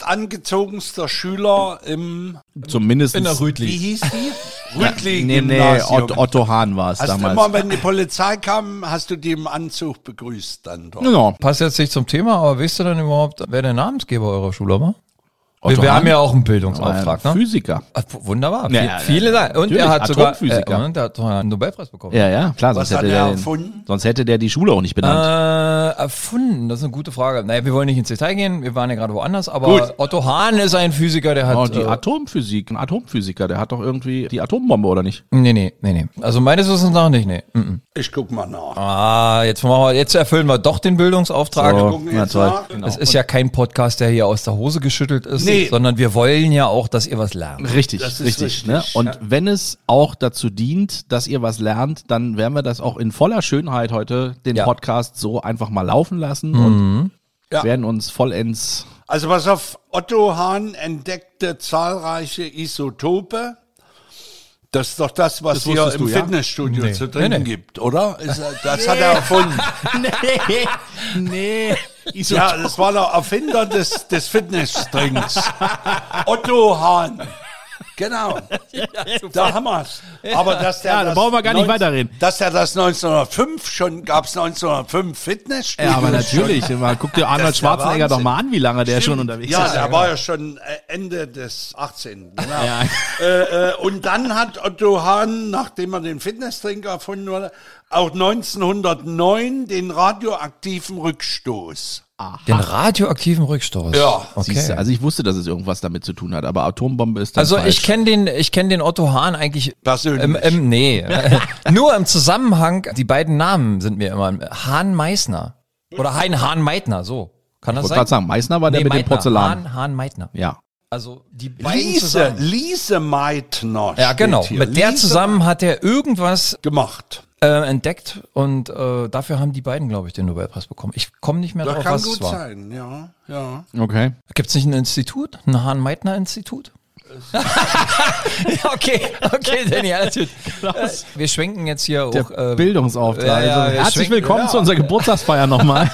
Speaker 4: bestangezogenster Schüler im,
Speaker 3: da zumindest
Speaker 4: wie
Speaker 2: Rütli.
Speaker 4: hieß die? Rüdli
Speaker 3: Nee, nee,
Speaker 4: Gymnasium.
Speaker 3: Otto, Otto Hahn war es
Speaker 4: Hast
Speaker 3: damals.
Speaker 4: immer, wenn die Polizei kam, hast du die im Anzug begrüßt dann doch.
Speaker 3: genau.
Speaker 2: Passt jetzt nicht zum Thema, aber weißt du denn überhaupt, wer der Namensgeber eurer Schule war? Wir,
Speaker 3: Otto
Speaker 2: wir
Speaker 3: Hahn
Speaker 2: haben ja auch einen
Speaker 3: war ein
Speaker 2: Bildungsauftrag, ne?
Speaker 3: Physiker.
Speaker 2: Ah, w- Wunderbar.
Speaker 3: Ja,
Speaker 2: Viel-
Speaker 3: ja,
Speaker 2: viele
Speaker 3: ja,
Speaker 2: da. Und
Speaker 3: natürlich,
Speaker 2: er hat sogar
Speaker 3: Atomphysiker.
Speaker 2: Äh, und er hat sogar einen Nobelpreis bekommen.
Speaker 3: Ja, ja, klar.
Speaker 4: Was
Speaker 3: Sonst hätte,
Speaker 4: hat er
Speaker 3: der den,
Speaker 4: erfunden?
Speaker 3: sonst hätte der die Schule auch nicht benannt.
Speaker 2: Äh, erfunden, das ist eine gute Frage. Naja, wir wollen nicht ins Detail gehen, wir waren ja gerade woanders, aber Otto Hahn ist ein Physiker, der hat.
Speaker 3: oh, die
Speaker 2: äh,
Speaker 3: Atomphysik. Ein Atomphysiker, der hat doch irgendwie die Atombombe, oder nicht?
Speaker 2: nee, nee, nee, nee. Also meines Wissens nach nicht, nee. Mm -mm.
Speaker 4: Ich guck mal nach.
Speaker 2: Ah, jetzt, machen wir, jetzt erfüllen wir doch den Bildungsauftrag.
Speaker 4: gucken jetzt nach.
Speaker 3: Genau.
Speaker 2: Es ist ja kein Podcast, der hier aus der Hose geschüttelt ist,
Speaker 4: Nee.
Speaker 2: sondern wir wollen ja auch, dass ihr was lernt.
Speaker 3: Richtig,
Speaker 4: Das ist
Speaker 3: richtig.
Speaker 4: richtig,
Speaker 3: ne?
Speaker 4: ja.
Speaker 3: Und wenn es auch dazu dient, dass ihr was lernt, dann werden wir das auch in voller Schönheit heute den
Speaker 2: Ja.
Speaker 3: Podcast so einfach mal laufen lassen und
Speaker 4: Ja.
Speaker 3: werden uns vollends.
Speaker 4: Also pass auf, Otto Hahn entdeckte zahlreiche Isotope. Das ist doch das, was
Speaker 3: Das
Speaker 4: hier
Speaker 3: wusstest
Speaker 4: im
Speaker 3: du, ja?
Speaker 4: Fitnessstudio
Speaker 2: Nee.
Speaker 4: zu trinken
Speaker 2: Nee, nee.
Speaker 4: gibt, oder? Ist, er- das hat er erfunden.
Speaker 3: Nee, nee.
Speaker 4: Ja, das war der Erfinder des, des Fitnessdrinks. Otto Hahn. Genau. da haben wir's. Aber dass der
Speaker 3: Ja, da
Speaker 4: das
Speaker 3: brauchen wir gar nicht
Speaker 4: 19
Speaker 3: weiterreden.
Speaker 4: Dass er das 1905 schon gab's 1905 Fitnessstudio.
Speaker 3: Ja, aber natürlich. Mal, guck dir Arnold
Speaker 4: Das ist der
Speaker 3: Schwarzenegger doch
Speaker 4: Wahnsinn.
Speaker 3: mal an, wie lange der schon unterwegs
Speaker 4: ja,
Speaker 3: ist.
Speaker 4: der
Speaker 2: genau.
Speaker 4: war ja schon äh, Ende des 18. Genau. Äh, äh, und dann hat Otto Hahn, nachdem er den Fitnesstrink erfunden wurde, auch 1909 den radioaktiven Rückstoß.
Speaker 2: Den radioaktiven Rückstoß.
Speaker 4: Ja.
Speaker 3: Siehste,
Speaker 2: okay.
Speaker 3: also ich wusste, dass es irgendwas damit zu tun hat, aber Atombombe ist dann
Speaker 2: Also
Speaker 3: falsch.
Speaker 2: ich kenne den, ich kenn den Otto Hahn eigentlich
Speaker 4: Persönlich.
Speaker 2: Im, im, nee, nur im Zusammenhang, die beiden Namen sind mir immer Hahn Meißner oder Hein Hahn Meitner, so. Kann das
Speaker 3: wollte
Speaker 2: sein?
Speaker 3: gerade sagen, Meißner war der mit dem
Speaker 2: Meitner.
Speaker 3: Porzellan.
Speaker 2: Hahn, Hahn Meitner.
Speaker 3: Ja.
Speaker 2: Also die beiden
Speaker 4: Lise,
Speaker 2: zusammen.
Speaker 4: Lise Meitner.
Speaker 2: Ja,
Speaker 4: steht
Speaker 2: genau.
Speaker 4: hier.
Speaker 2: Mit der
Speaker 4: Lise
Speaker 2: zusammen hat er irgendwas
Speaker 4: Gemacht.
Speaker 2: äh, entdeckt und äh, dafür haben die beiden, glaube ich, den Nobelpreis bekommen. Ich komme nicht mehr
Speaker 4: Das
Speaker 2: drauf,
Speaker 4: kann
Speaker 2: was
Speaker 4: gut
Speaker 2: es war.
Speaker 4: sein, ja. ja.
Speaker 3: Okay.
Speaker 2: Gibt es nicht ein Institut? Ein Hahn-Meitner-Institut? okay, okay, Danny, alles gut. Äh, Wir schwenken jetzt hier
Speaker 3: Der
Speaker 2: auch. äh,
Speaker 3: Bildungsauftrag.
Speaker 2: ja, ja,
Speaker 3: also,
Speaker 2: wir
Speaker 3: herzlich
Speaker 2: schwenken-
Speaker 3: willkommen zu unserer Geburtstagsfeier nochmal,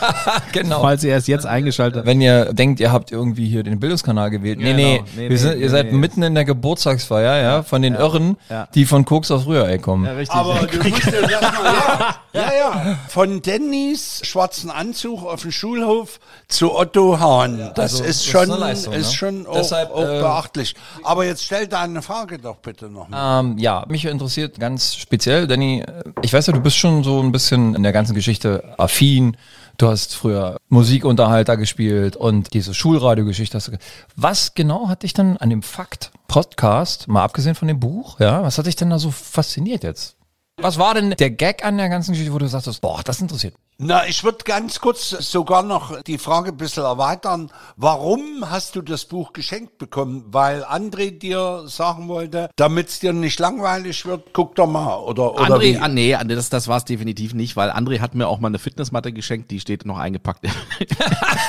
Speaker 2: genau.
Speaker 3: falls ihr erst jetzt eingeschaltet habt.
Speaker 2: Wenn ihr denkt, ihr habt irgendwie hier den Bildungskanal gewählt. Nee, nee,
Speaker 3: Genau. Nee,
Speaker 2: wir
Speaker 3: nee,
Speaker 2: sind,
Speaker 3: nee,
Speaker 2: ihr seid
Speaker 3: nee.
Speaker 2: mitten in der Geburtstagsfeier, ja, von den Irren,
Speaker 3: Ja.
Speaker 2: die von Koks aus Rührei kommen.
Speaker 3: richtig.
Speaker 4: Aber du musst dir das mal ja, ja, ja. Von Dannys schwarzen Anzug auf dem Schulhof zu Otto Hahn. das
Speaker 2: also, das
Speaker 4: ist
Speaker 2: ist
Speaker 4: schon,
Speaker 2: eine
Speaker 4: ist,
Speaker 2: Leistung, ne?
Speaker 4: schon auch,
Speaker 2: Deshalb,
Speaker 4: auch
Speaker 2: äh,
Speaker 4: beachtlich. Aber jetzt stell deine Frage doch bitte nochmal.
Speaker 2: Ähm, ja, mich interessiert ganz speziell, Danny, ich weiß ja, du bist schon so ein bisschen in der ganzen Geschichte affin. Du hast früher Musikunterhalter gespielt und diese Schulradiogeschichte hast du. ge- Was genau hat dich denn an dem Fakt Podcast, mal abgesehen von dem Buch, ja, was hat dich denn da so fasziniert jetzt? Was war denn der Gag an der ganzen Geschichte, wo du sagtest, boah, das interessiert mich?
Speaker 4: Na, ich würde ganz kurz sogar noch die Frage ein bisschen erweitern. Warum hast du das Buch geschenkt bekommen? Weil André dir sagen wollte, damit es dir nicht langweilig wird, guck doch mal. Oder, oder
Speaker 3: André,
Speaker 4: wie?
Speaker 3: ah, nee, André, das, das war es definitiv nicht, weil André hat mir auch mal eine Fitnessmatte geschenkt, die steht noch eingepackt.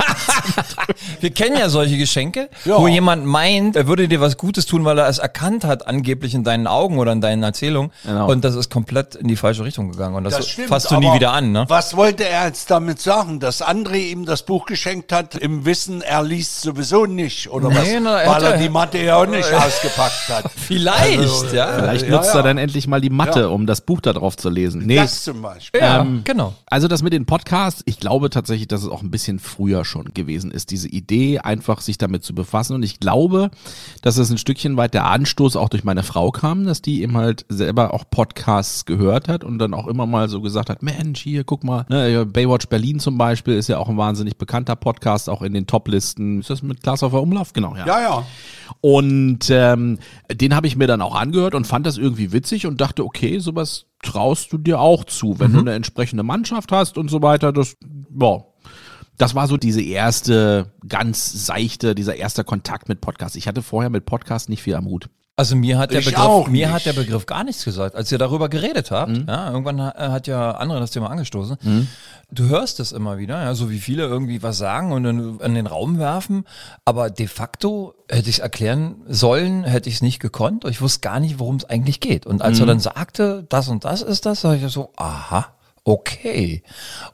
Speaker 2: Wir kennen ja solche Geschenke,
Speaker 4: Ja.
Speaker 2: wo jemand meint, er würde dir was Gutes tun, weil er es erkannt hat, angeblich in deinen Augen oder in deinen Erzählungen.
Speaker 3: Genau.
Speaker 2: Und das ist komplett in die falsche Richtung gegangen. Und das,
Speaker 4: Das stimmt,
Speaker 2: fasst du nie
Speaker 4: aber
Speaker 2: wieder an, ne?
Speaker 4: Was wollte er jetzt damit sagen? Dass André ihm das Buch geschenkt hat, im Wissen, er liest sowieso nicht, oder
Speaker 2: Nee,
Speaker 4: was?
Speaker 2: na, er
Speaker 4: Weil
Speaker 2: hat-
Speaker 4: er die Mathe ja auch nicht ausgepackt hat.
Speaker 2: Vielleicht,
Speaker 4: Also,
Speaker 2: ja.
Speaker 3: Vielleicht
Speaker 4: Ja,
Speaker 3: nutzt
Speaker 4: ja.
Speaker 3: er dann endlich mal die Mathe, um das Buch da drauf zu lesen. Nee,
Speaker 4: Das zum Beispiel.
Speaker 2: Ja, genau.
Speaker 3: Also das mit den Podcasts, ich glaube tatsächlich, dass es auch ein bisschen früher schon gewesen ist, diese Idee, einfach sich damit zu befassen. Und ich glaube, dass es ein Stückchen weit der Anstoß auch durch meine Frau kam, dass die eben halt selber auch Podcasts gehört hat und dann auch immer mal so gesagt hat, Mensch, hier, guck mal, ne, ja, Baywatch Berlin zum Beispiel ist ja auch ein wahnsinnig bekannter Podcast, auch in den Toplisten. Ist das mit Klaas auf der Umlauf? Genau,
Speaker 4: Ja, ja.
Speaker 3: und ähm, den habe ich mir dann auch angehört und fand das irgendwie witzig und dachte, okay, sowas traust du dir auch zu, wenn du eine entsprechende Mannschaft hast und so weiter. Das, boah. Das war so diese erste, ganz seichte, dieser erste Kontakt mit Podcast. Ich hatte vorher mit Podcast nicht viel am Hut.
Speaker 2: Also mir hat der
Speaker 4: Ich
Speaker 2: Begriff,
Speaker 4: auch
Speaker 2: mir
Speaker 4: nicht.
Speaker 2: hat der Begriff gar nichts gesagt, als ihr darüber geredet habt. Ja, irgendwann ha- äh, hat ja andere das Thema angestoßen. Du hörst es immer wieder, ja, so wie viele irgendwie was sagen und in, in den Raum werfen. Aber de facto hätte ich es erklären sollen, hätte ich es nicht gekonnt. Ich wusste gar nicht, worum es eigentlich geht. Und als er dann sagte, das und das ist das, sage ich so, aha. Okay.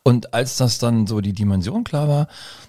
Speaker 2: Und als das dann so die Dimension klar war,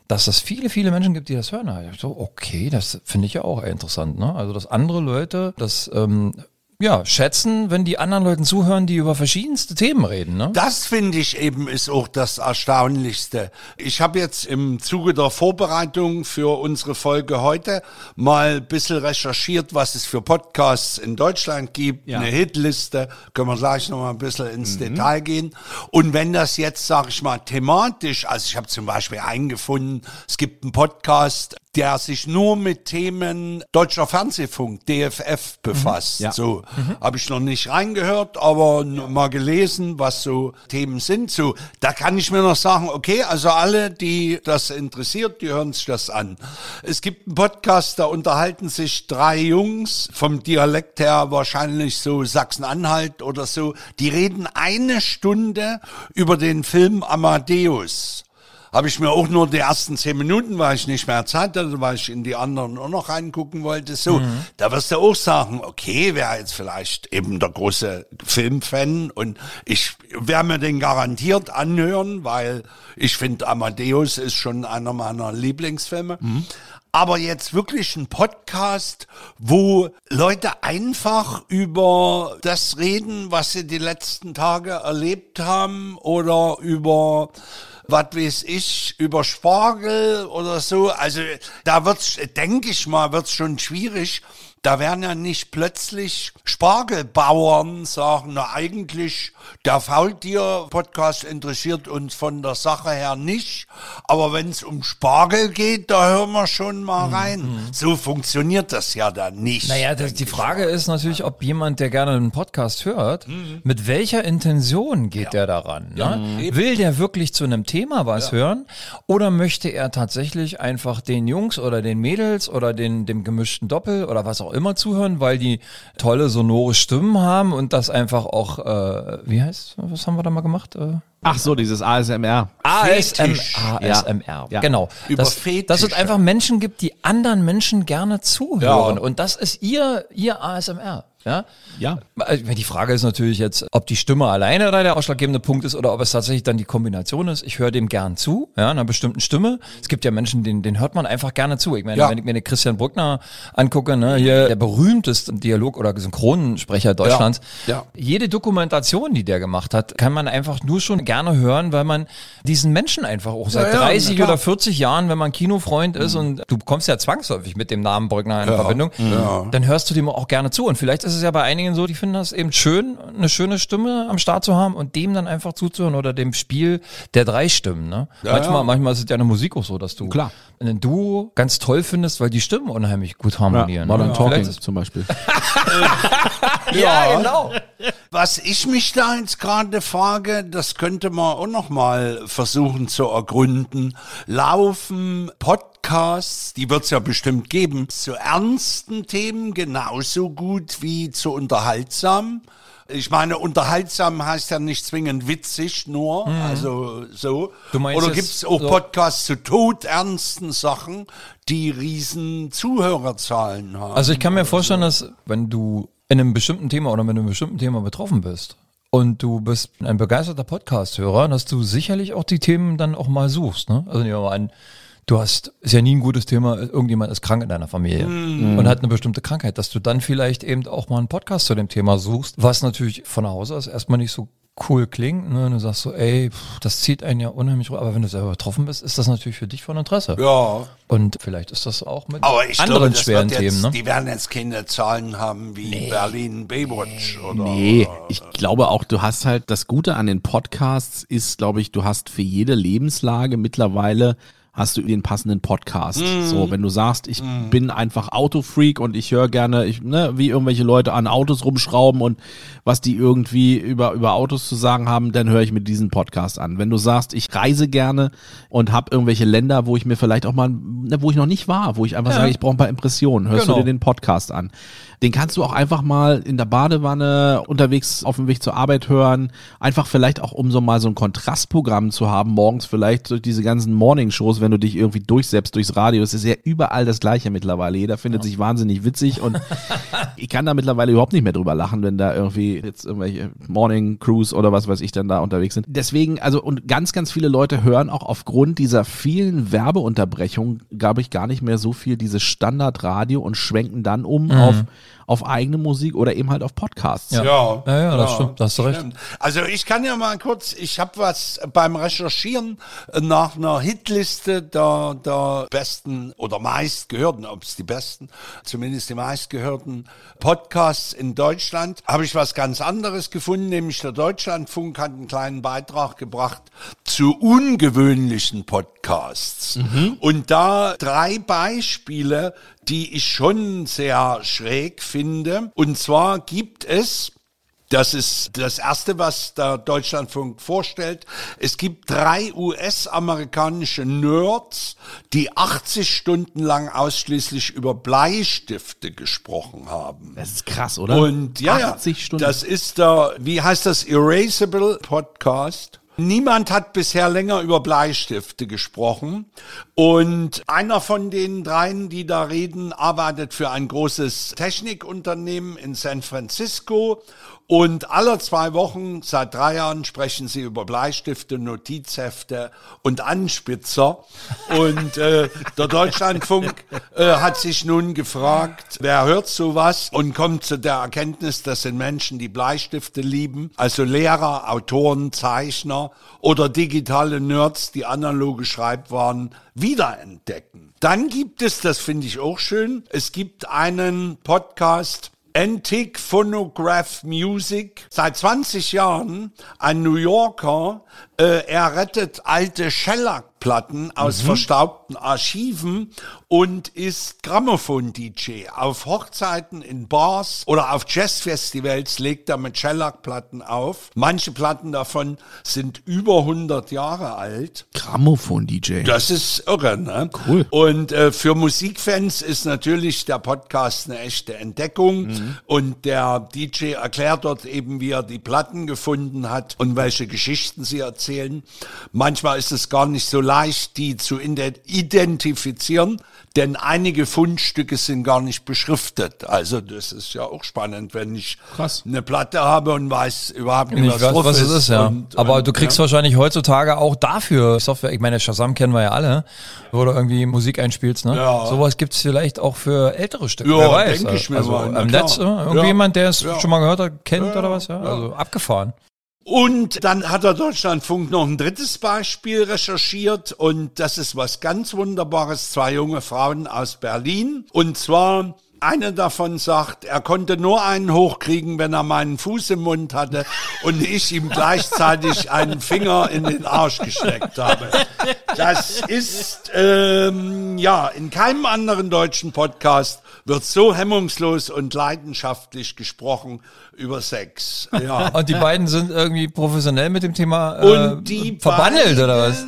Speaker 2: dass es viele, viele Menschen gibt, die das hören, habe ich so, okay, das finde ich ja auch interessant. Ne? Also, dass andere Leute das ähm, ja, schätzen, wenn die anderen Leuten zuhören, die über verschiedenste Themen reden. Ne?
Speaker 4: Das finde ich eben ist auch das Erstaunlichste. Ich habe jetzt im Zuge der Vorbereitung für unsere Folge heute mal ein bisschen recherchiert, was es für Podcasts in Deutschland gibt, eine Hitliste, können wir gleich noch mal ein bisschen ins Detail gehen. Und wenn das jetzt, sage ich mal, thematisch, also ich habe zum Beispiel eingefunden, es gibt einen Podcast, der sich nur mit Themen Deutscher Fernsehfunk, DFF, befasst.
Speaker 3: Ja.
Speaker 4: So so. Habe ich noch nicht reingehört, aber n- mal gelesen, was so Themen sind. So, da kann ich mir noch sagen, okay, also alle, die das interessiert, die hören sich das an. Es gibt einen Podcast, da unterhalten sich drei Jungs, vom Dialekt her wahrscheinlich so Sachsen-Anhalt oder so. Die reden eine Stunde über den Film Amadeus. Habe ich mir auch nur die ersten zehn Minuten, weil ich nicht mehr Zeit hatte, weil ich in die anderen auch noch reingucken wollte. So, da wirst du auch sagen, okay, wäre jetzt vielleicht eben der große Filmfan und ich werde mir den garantiert anhören, weil ich finde, Amadeus ist schon einer meiner Lieblingsfilme. Aber jetzt wirklich ein Podcast, wo Leute einfach über das reden, was sie die letzten Tage erlebt haben oder über was weiß ich, über Spargel oder so. Also da wird's, denke ich mal, wird's schon schwierig. Da werden ja nicht plötzlich Spargelbauern sagen, na eigentlich, der Faultier-Podcast interessiert uns von der Sache her nicht, aber wenn es um Spargel geht, da hören wir schon mal rein. So funktioniert das ja dann nicht.
Speaker 2: Naja, das, die Frage ist natürlich, ob jemand, der gerne einen Podcast hört, mit welcher Intention geht der daran? Ne? Will der wirklich zu einem Thema was hören oder möchte er tatsächlich einfach den Jungs oder den Mädels oder den, dem gemischten Doppel oder was auch immer zuhören, weil die tolle sonore Stimmen haben und das einfach auch, äh, wie heißt, was haben wir da mal gemacht? Äh,
Speaker 3: Ach so, dieses ASMR.
Speaker 2: ASM,
Speaker 4: Fetisch.
Speaker 2: ASMR,
Speaker 3: Ja.
Speaker 2: genau.
Speaker 4: Über
Speaker 2: dass,
Speaker 4: Fetische.
Speaker 2: dass es einfach Menschen gibt, die anderen Menschen gerne zuhören. Und das ist ihr, ihr ASMR. Ja?
Speaker 3: Ja.
Speaker 2: Also, Die Frage ist natürlich jetzt, ob die Stimme alleine da der ausschlaggebende Punkt ist oder ob es tatsächlich dann die Kombination ist. Ich höre dem gern zu, ja, einer bestimmten Stimme. Es gibt ja Menschen, den, den hört man einfach gerne zu. Ich meine,
Speaker 4: Ja.
Speaker 2: wenn ich mir den Christian Brückner angucke, ne, hier der berühmteste Dialog- oder Synchronsprecher Deutschlands.
Speaker 4: Ja.
Speaker 2: Jede Dokumentation, die der gemacht hat, kann man einfach nur schon gerne hören, weil man diesen Menschen einfach auch seit
Speaker 4: ja, na
Speaker 2: 30
Speaker 4: klar. Mhm.
Speaker 2: oder 40 Jahren, wenn man Kinofreund ist und du kommst ja zwangsläufig mit dem Namen Brückner in Verbindung, dann hörst du dem auch gerne zu. Und vielleicht ist ist es ja bei einigen so, die finden das eben schön, eine schöne Stimme am Start zu haben und dem dann einfach zuzuhören oder dem Spiel der drei Stimmen. Ne?
Speaker 4: Ja,
Speaker 2: manchmal,
Speaker 4: ja.
Speaker 2: manchmal ist es ja eine Musik auch so, dass du
Speaker 7: Klar.
Speaker 2: ein Duo ganz toll findest, weil die Stimmen unheimlich gut harmonieren.
Speaker 7: Modern
Speaker 2: ne?
Speaker 7: Talking
Speaker 2: Vielleicht ist-
Speaker 7: zum Beispiel.
Speaker 2: Ja, genau.
Speaker 4: Was ich mich da jetzt gerade frage, das könnte man auch noch mal versuchen zu ergründen. Laufen Podcasts, die wird es ja bestimmt geben, zu ernsten Themen genauso gut wie zu unterhaltsamen. Ich meine, unterhaltsam heißt ja nicht zwingend witzig nur, also so.
Speaker 2: Mhm. Du meinst
Speaker 4: Oder
Speaker 2: es
Speaker 4: gibt es auch
Speaker 2: so-
Speaker 4: Podcasts zu todernsten Sachen, die riesen Zuhörerzahlen haben?
Speaker 2: Also ich kann mir vorstellen, dass wenn du in einem bestimmten Thema oder mit einem bestimmten Thema betroffen bist und du bist ein begeisterter Podcast-Hörer, dass du sicherlich auch die Themen dann auch mal suchst. Ne? Also nehmen wir mal an, du hast, ist ja nie ein gutes Thema, irgendjemand ist krank in deiner Familie
Speaker 4: Mhm.
Speaker 2: und hat eine bestimmte Krankheit, dass du dann vielleicht eben auch mal einen Podcast zu dem Thema suchst, was natürlich von Hause aus erstmal nicht so cool klingt, ne? Du sagst so, ey, pff, das zieht einen ja unheimlich runter, aber wenn du selber betroffen bist, ist das natürlich für dich von Interesse.
Speaker 4: ja.
Speaker 2: Und vielleicht ist das auch mit
Speaker 4: Aber ich
Speaker 2: anderen
Speaker 4: glaube, das
Speaker 2: schweren
Speaker 4: wird jetzt,
Speaker 2: Themen, ne?
Speaker 4: die werden jetzt keine Zahlen haben wie Berlin Baywatch oder.
Speaker 7: Nee, ich glaube auch, du hast halt, das Gute an den Podcasts ist, glaube ich, du hast für jede Lebenslage mittlerweile hast du den passenden Podcast. So, wenn du sagst, ich bin einfach Autofreak und ich höre gerne, ich, ne, wie irgendwelche Leute an Autos rumschrauben und was die irgendwie über, über Autos zu sagen haben, dann höre ich mir diesen Podcast an. Wenn du sagst, ich reise gerne und habe irgendwelche Länder, wo ich mir vielleicht auch mal, ne, wo ich noch nicht war, wo ich einfach sage, ich brauche ein paar Impressionen, hörst
Speaker 2: Genau.
Speaker 7: du dir den Podcast an. Den kannst du auch einfach mal in der Badewanne unterwegs auf dem Weg zur Arbeit hören. Einfach vielleicht auch, um so mal so ein Kontrastprogramm zu haben, morgens vielleicht durch diese ganzen Morningshows, wenn du dich irgendwie durchsetzt durchs Radio. Es ist ja überall das Gleiche mittlerweile. Jeder findet sich wahnsinnig witzig und ich kann da mittlerweile überhaupt nicht mehr drüber lachen, wenn da irgendwie jetzt irgendwelche Morning Crews oder was weiß ich dann da unterwegs sind. Deswegen, also und ganz, ganz viele Leute hören auch aufgrund dieser vielen Werbeunterbrechungen, glaube ich, gar nicht mehr so viel dieses Standardradio und schwenken dann um auf, auf eigene Musik oder eben halt auf Podcasts.
Speaker 4: Mhm. Ja.
Speaker 2: Ja, ja, das stimmt, da hast du recht.
Speaker 4: stimmt. Also ich kann ja mal kurz, ich habe was beim Recherchieren nach einer Hitliste der, der besten oder meistgehörten, ob es die besten, zumindest die meistgehörten Podcasts in Deutschland, habe ich was ganz anderes gefunden, nämlich der Deutschlandfunk hat einen kleinen Beitrag gebracht zu ungewöhnlichen Podcasts. Und da drei Beispiele, die ich schon sehr schräg finde. Und zwar gibt es das ist das Erste, was der Deutschlandfunk vorstellt. Es gibt drei US-amerikanische Nerds, die 80 Stunden lang ausschließlich über Bleistifte gesprochen haben.
Speaker 7: Das ist krass, oder?
Speaker 4: Und ja, ja,
Speaker 7: 80 Stunden.
Speaker 4: das ist der, wie heißt das, Erasable Podcast. Niemand hat bisher länger über Bleistifte gesprochen. Und einer von den dreien, die da reden, arbeitet für ein großes Technikunternehmen in San Francisco. Und alle zwei Wochen, seit drei Jahren, sprechen sie über Bleistifte, Notizhefte und Anspitzer. Und äh, der Deutschlandfunk äh, hat sich nun gefragt, wer hört sowas und kommt zu der Erkenntnis, das sind Menschen, die Bleistifte lieben, also Lehrer, Autoren, Zeichner oder digitale Nerds, die analoge Schreibwaren wiederentdecken. Dann gibt es, das finde ich auch schön, es gibt einen Podcast, Antique Phonograph Music. Seit 20 Jahren ein New Yorker. Äh, er rettet alte Shellac-Platten aus verstaubten Archiven und ist Grammophon-DJ. Auf Hochzeiten in Bars oder auf Jazzfestivals legt er mit Shellac-Platten auf. Manche Platten davon sind über 100 Jahre alt.
Speaker 7: Grammophon-DJ.
Speaker 4: Das ist irre, ne?
Speaker 7: Cool.
Speaker 4: Und äh, für Musikfans ist natürlich der Podcast eine echte Entdeckung.
Speaker 2: Mhm.
Speaker 4: Und der DJ erklärt dort eben, wie er die Platten gefunden hat und welche Geschichten sie erzählen. Manchmal ist es gar nicht so leicht, die zu ide- identifizieren, denn einige Fundstücke sind gar nicht beschriftet. Also das ist ja auch spannend, wenn ich
Speaker 7: Krass.
Speaker 4: eine Platte habe und weiß überhaupt nicht,
Speaker 2: Ich weiß,
Speaker 4: drauf
Speaker 2: was es ist, ja.
Speaker 4: und-
Speaker 2: Aber
Speaker 4: und,
Speaker 2: du kriegst
Speaker 4: ja.
Speaker 2: wahrscheinlich heutzutage auch dafür Software. Ich meine, Shazam kennen wir ja alle, wo du irgendwie Musik einspielst, ne?
Speaker 4: Ja.
Speaker 2: Sowas gibt's vielleicht auch für ältere Stücke.
Speaker 4: Ja,
Speaker 2: Wer weiß.
Speaker 4: denk ich mir
Speaker 2: also,
Speaker 4: mal, na
Speaker 2: Im
Speaker 4: klar.
Speaker 2: Netz, ne?
Speaker 4: Ja.
Speaker 2: irgendjemand, der es
Speaker 4: Ja.
Speaker 2: schon mal gehört hat, kennt
Speaker 4: Ja,
Speaker 2: oder was, ja? Also abgefahren.
Speaker 4: Und dann hat der Deutschlandfunk noch ein drittes Beispiel recherchiert und das ist was ganz Wunderbares. Zwei junge Frauen aus Berlin und zwar Einer davon sagt, er konnte nur einen hochkriegen, wenn er meinen Fuß im Mund hatte und ich ihm gleichzeitig einen Finger in den Arsch gesteckt habe. Das ist, ähm, ja, in keinem anderen deutschen Podcast wird so hemmungslos und leidenschaftlich gesprochen über Sex. Ja.
Speaker 2: Und die beiden sind irgendwie professionell mit dem Thema äh,
Speaker 4: Und die
Speaker 2: verbandelt
Speaker 4: beiden,
Speaker 2: oder was?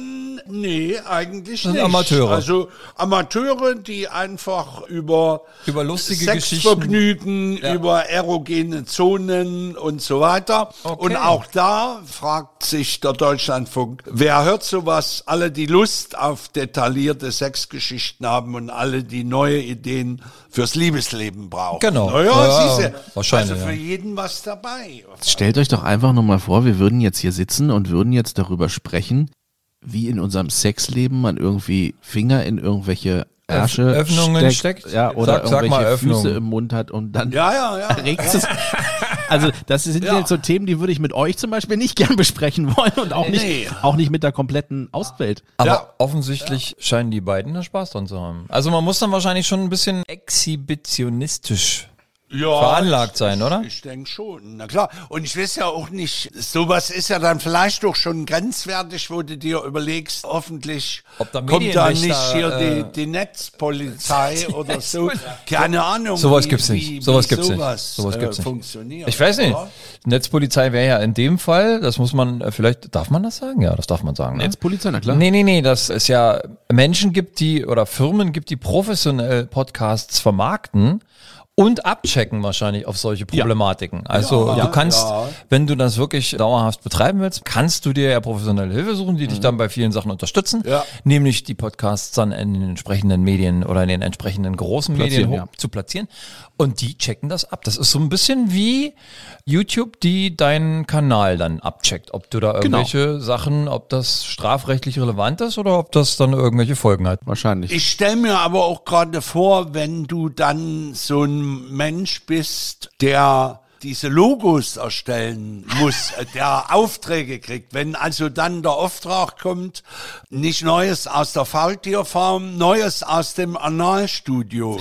Speaker 4: Nee, eigentlich
Speaker 2: sind
Speaker 4: nicht.
Speaker 2: Amateure.
Speaker 4: Also Amateure, die einfach über,
Speaker 2: Über lustige
Speaker 4: Sexvergnügen, über erogene Zonen und so weiter.
Speaker 2: Okay.
Speaker 4: Und auch da fragt sich der Deutschlandfunk, wer hört sowas? Alle, die Lust auf detaillierte Sexgeschichten haben und alle, die neue Ideen fürs Liebesleben brauchen.
Speaker 2: Genau.
Speaker 4: Naja,
Speaker 2: Ja,
Speaker 4: siehste,
Speaker 2: wahrscheinlich,
Speaker 4: Also für
Speaker 2: ja.
Speaker 4: jeden was dabei.
Speaker 3: Stellt euch doch einfach nur mal vor, wir würden jetzt hier sitzen und würden jetzt darüber sprechen, wie in unserem Sexleben man irgendwie Finger in irgendwelche Ärsche
Speaker 2: Öffnungen
Speaker 3: steckt,
Speaker 2: steckt?
Speaker 3: Ja, oder
Speaker 2: Sag- sag mal
Speaker 3: irgendwelche Füße
Speaker 2: Öffnung.
Speaker 3: im Mund hat und dann
Speaker 4: Ja, ja, ja.
Speaker 3: regst es. Also das sind
Speaker 4: Ja.
Speaker 3: jetzt so Themen, die würde ich mit euch zum Beispiel nicht gern besprechen wollen und auch nicht,
Speaker 4: Nee.
Speaker 3: auch nicht mit der kompletten Außenwelt.
Speaker 2: Aber
Speaker 4: Ja.
Speaker 2: offensichtlich scheinen die beiden da Spaß dran zu haben. Also man muss dann wahrscheinlich schon ein bisschen exhibitionistisch
Speaker 4: ja,
Speaker 2: veranlagt sein, oder?
Speaker 4: Ich denke schon, na klar. Und ich weiß ja auch nicht, sowas ist ja dann vielleicht doch schon grenzwertig, wo du dir überlegst, hoffentlich
Speaker 2: Ob da
Speaker 4: kommt da nicht
Speaker 2: Medienrichter,
Speaker 4: hier
Speaker 2: äh,
Speaker 4: die, die Netzpolizei oder so. Keine Ahnung.
Speaker 2: Sowas
Speaker 4: wie-
Speaker 2: gibt's nicht.
Speaker 4: Wie,
Speaker 2: Sowas
Speaker 4: wie
Speaker 2: gibt's nicht.
Speaker 4: sowas,
Speaker 2: Sowas gibt's
Speaker 4: äh,
Speaker 2: nicht.
Speaker 4: Funktioniert,
Speaker 2: Ich weiß nicht.
Speaker 4: oder?
Speaker 2: Netzpolizei wäre ja in dem Fall, das muss man äh, vielleicht, darf man das sagen? Ja, das darf man sagen. Ne?
Speaker 3: Netzpolizei, na klar.
Speaker 2: Nee, nee, nee, dass es ja Menschen gibt, die oder Firmen gibt, die professionell Podcasts vermarkten und abchecken wahrscheinlich auf solche Problematiken. Also du kannst, wenn du das wirklich dauerhaft betreiben willst, kannst du dir ja professionelle Hilfe suchen, die dich
Speaker 3: Mhm.
Speaker 2: dann bei vielen Sachen unterstützen,
Speaker 4: Ja.
Speaker 2: nämlich die Podcasts dann in den entsprechenden Medien oder in den entsprechenden großen
Speaker 3: Platzieren,
Speaker 2: Medien hoch,
Speaker 3: ja.
Speaker 2: zu platzieren und die checken das ab. Das ist so ein bisschen wie YouTube, die deinen Kanal dann abcheckt, ob du da
Speaker 3: Genau.
Speaker 2: irgendwelche Sachen, ob das strafrechtlich relevant ist oder ob das dann irgendwelche Folgen hat.
Speaker 3: Wahrscheinlich.
Speaker 4: Ich stelle mir aber auch gerade vor, wenn du dann so ein Mensch bist, der diese Logos erstellen muss, äh, der Aufträge kriegt. Wenn also dann der Auftrag kommt, nicht Neues aus der Faultierfarm, Neues aus dem Analstudio.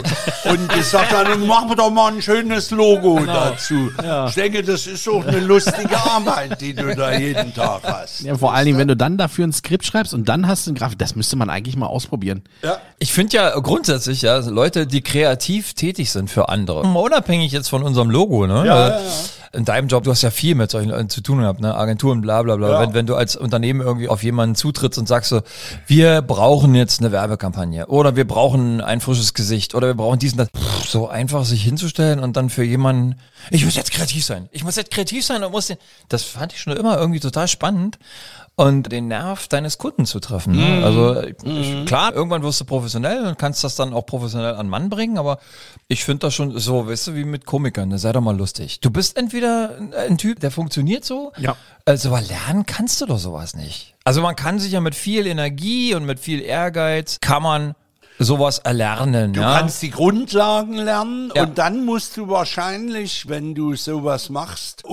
Speaker 4: Und ich sag dann, machen wir doch mal ein schönes Logo dazu. Ich denke, das ist auch eine lustige Arbeit, die du da jeden Tag hast.
Speaker 3: ja, vor allen Dingen, wenn du dann dafür ein Skript schreibst und dann hast du einen Grafik, das müsste man eigentlich mal ausprobieren.
Speaker 2: Ich finde ja grundsätzlich, ja, Leute, die kreativ tätig sind für andere, mal unabhängig jetzt von unserem Logo, ne?
Speaker 4: Mhm. Ja,
Speaker 2: Äh,
Speaker 4: ja, ja.
Speaker 2: In deinem Job, du hast ja viel mit solchen Leuten zu tun gehabt, ne? Agenturen, bla bla bla.
Speaker 4: Ja.
Speaker 2: Wenn, wenn du als Unternehmen irgendwie auf jemanden zutrittst und sagst so, wir brauchen jetzt eine Werbekampagne oder wir brauchen ein frisches Gesicht oder wir brauchen diesen, das. Pff, so einfach sich hinzustellen und dann für jemanden, ich muss jetzt kreativ sein, ich muss jetzt kreativ sein und muss den, das fand ich schon immer irgendwie total spannend und den Nerv deines Kunden zu treffen. Ne? Also ich, klar, irgendwann wirst du professionell und kannst das dann auch professionell an Mann bringen, aber ich finde das schon so, weißt du, wie mit Komikern, ne? sei doch mal lustig. Du bist entweder ein- ein Typ, der funktioniert so,
Speaker 3: Ja.
Speaker 2: also aber lernen kannst du doch sowas nicht. Also man kann sich ja mit viel Energie und mit viel Ehrgeiz kann man sowas erlernen.
Speaker 4: Du
Speaker 2: ja?
Speaker 4: kannst die Grundlagen lernen
Speaker 2: Ja.
Speaker 4: und dann musst du wahrscheinlich, wenn du sowas machst,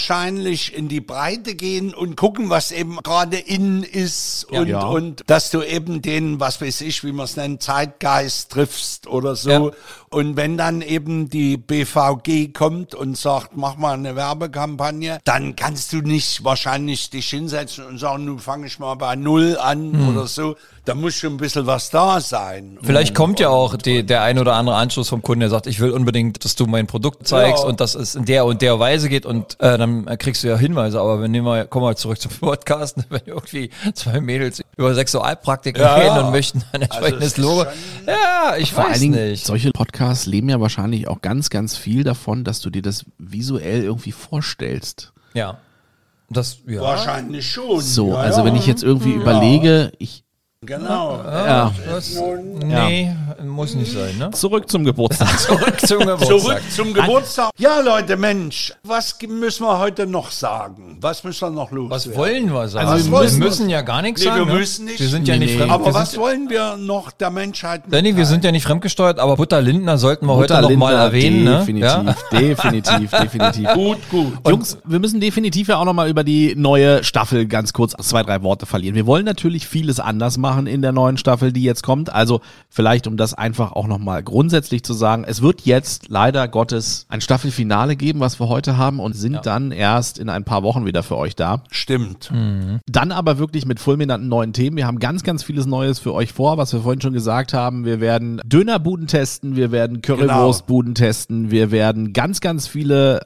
Speaker 4: unwahrscheinlich in die Breite gehen und gucken, was eben gerade in ist und,
Speaker 3: Ja.
Speaker 4: und dass du eben den, was weiß ich, wie man es nennt, Zeitgeist triffst oder so.
Speaker 2: Ja.
Speaker 4: Und wenn dann eben die BVG kommt und sagt, mach mal eine Werbekampagne, dann kannst du nicht wahrscheinlich dich hinsetzen und sagen, nun fange ich mal bei Null an oder so. Da muss schon ein bisschen was da sein.
Speaker 2: Vielleicht kommt Hm. ja auch die, der ein oder andere Anschluss vom Kunden, der sagt, ich will unbedingt, dass du mein Produkt zeigst
Speaker 4: Ja.
Speaker 2: und dass es in der und der Weise geht und äh, dann kriegst du ja Hinweise. Aber wenn nehmen wir, kommen wir zurück zum Podcast, ne, wenn irgendwie zwei Mädels über Sexualpraktiken
Speaker 4: Ja. Also
Speaker 2: reden und möchten ein
Speaker 4: es
Speaker 2: entsprechendes
Speaker 4: ist
Speaker 2: Logo.
Speaker 4: schon-
Speaker 2: Ja, ich
Speaker 3: Vor
Speaker 2: weiß
Speaker 3: allen Dingen,
Speaker 2: nicht.
Speaker 3: solche Podcasts leben ja wahrscheinlich auch ganz, ganz viel davon, dass du dir das visuell irgendwie vorstellst.
Speaker 2: Ja. Das, ja.
Speaker 4: Wahrscheinlich schon.
Speaker 3: So,
Speaker 4: ja,
Speaker 3: also
Speaker 4: ja.
Speaker 3: wenn ich jetzt irgendwie überlege, ich.
Speaker 4: Genau.
Speaker 3: Ja.
Speaker 2: Das, nee, muss nicht sein, ne?
Speaker 3: Zurück zum Geburtstag.
Speaker 2: Zurück zum
Speaker 4: Zurück
Speaker 2: Geburtstag.
Speaker 4: zum Geburtstag. Ja, Leute, Mensch, was ge- müssen wir heute noch sagen? Was müssen wir noch loswerden?
Speaker 2: Was wollen wir sagen?
Speaker 4: Also
Speaker 2: wir
Speaker 4: was
Speaker 2: müssen,
Speaker 4: wollen
Speaker 2: ja gar nichts
Speaker 4: Nee, wir
Speaker 2: sagen. ne?
Speaker 4: müssen nicht.
Speaker 2: Wir sind ja
Speaker 3: Nee,
Speaker 2: nicht
Speaker 3: nee.
Speaker 2: fremd. wir
Speaker 4: Aber
Speaker 2: sind
Speaker 4: was wollen wir noch der Menschheit
Speaker 2: Danny, wir
Speaker 4: mitteilen?
Speaker 2: sind ja nicht fremdgesteuert, aber Butter Lindner sollten wir
Speaker 3: Mutter
Speaker 2: heute noch
Speaker 3: Linda,
Speaker 2: mal erwähnen.
Speaker 3: Definitiv,
Speaker 2: Ne?
Speaker 3: definitiv, definitiv.
Speaker 4: Gut, gut.
Speaker 3: Jungs, wir müssen definitiv ja auch nochmal über die neue Staffel ganz kurz zwei, drei Worte verlieren. Wir wollen natürlich vieles anders
Speaker 7: machen in der neuen Staffel, die jetzt kommt. Also vielleicht, um das einfach auch nochmal grundsätzlich zu sagen, es wird jetzt leider Gottes ein Staffelfinale geben, was wir heute haben und sind dann erst in ein paar Wochen wieder für euch da.
Speaker 4: Stimmt.
Speaker 2: Mhm.
Speaker 7: Dann aber wirklich mit fulminanten neuen Themen. Wir haben ganz, ganz vieles Neues für euch vor, was wir vorhin schon gesagt haben. Wir werden Dönerbuden testen, wir werden Currywurstbuden testen, wir werden ganz, ganz viele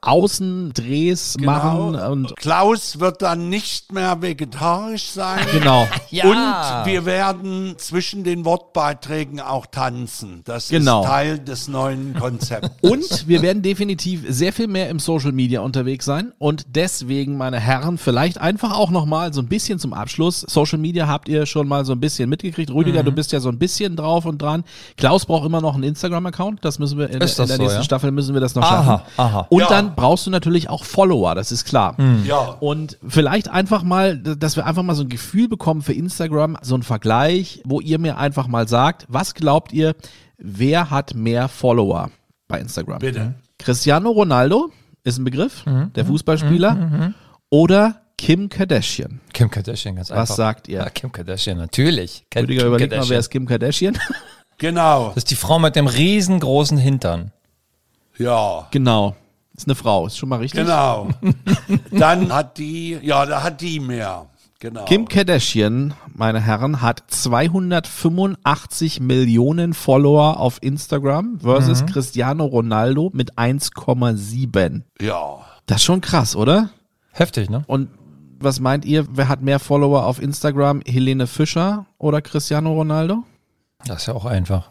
Speaker 7: Außendrehs machen und
Speaker 4: Klaus wird dann nicht mehr vegetarisch sein.
Speaker 7: genau.
Speaker 4: Und wir werden zwischen den Wortbeiträgen auch tanzen. Das
Speaker 7: Genau.
Speaker 4: ist Teil des neuen Konzepts.
Speaker 7: Und wir werden definitiv sehr viel mehr im Social Media unterwegs sein. Und deswegen, meine Herren, vielleicht einfach auch nochmal so ein bisschen zum Abschluss. Social Media habt ihr schon mal so ein bisschen mitgekriegt. Rüdiger,
Speaker 2: Mhm.
Speaker 7: du bist ja so ein bisschen drauf und dran. Klaus braucht immer noch einen Instagram-Account. Das müssen wir in,
Speaker 2: Ist das
Speaker 7: in der
Speaker 2: so,
Speaker 7: nächsten
Speaker 2: ja?
Speaker 7: Staffel müssen wir das noch
Speaker 2: Aha,
Speaker 7: schaffen.
Speaker 2: aha. Mhm.
Speaker 7: Und
Speaker 4: Ja.
Speaker 7: dann brauchst du natürlich auch Follower, das ist klar.
Speaker 4: Ja.
Speaker 7: Und vielleicht einfach mal, dass wir einfach mal so ein Gefühl bekommen für Instagram, so ein Vergleich, wo ihr mir einfach mal sagt, was glaubt ihr, wer hat mehr Follower bei Instagram?
Speaker 4: Bitte.
Speaker 7: Cristiano Ronaldo ist ein Begriff, der Fußballspieler, oder Kim Kardashian.
Speaker 2: Kim Kardashian, ganz einfach.
Speaker 7: Was sagt ihr?
Speaker 2: Ja, Kim Kardashian, natürlich. Kim,
Speaker 7: Rüdiger,
Speaker 2: Äh, Kim
Speaker 7: überleg mal, wer
Speaker 2: Kardashian.
Speaker 7: ist Kim Kardashian?
Speaker 4: Genau.
Speaker 2: Das ist die Frau mit dem riesengroßen Hintern.
Speaker 4: Ja.
Speaker 7: genau. Ist eine Frau, ist schon mal richtig.
Speaker 4: Genau. Dann hat die, ja, da hat die mehr. Genau.
Speaker 7: Kim Kardashian, meine Herren, hat 285 Millionen Follower auf Instagram versus Cristiano Ronaldo mit 1,7.
Speaker 4: Ja.
Speaker 7: Das ist schon krass, oder?
Speaker 2: Heftig, ne?
Speaker 7: Und was meint ihr, wer hat mehr Follower auf Instagram? Helene Fischer oder Cristiano Ronaldo?
Speaker 2: Das ist ja auch einfach.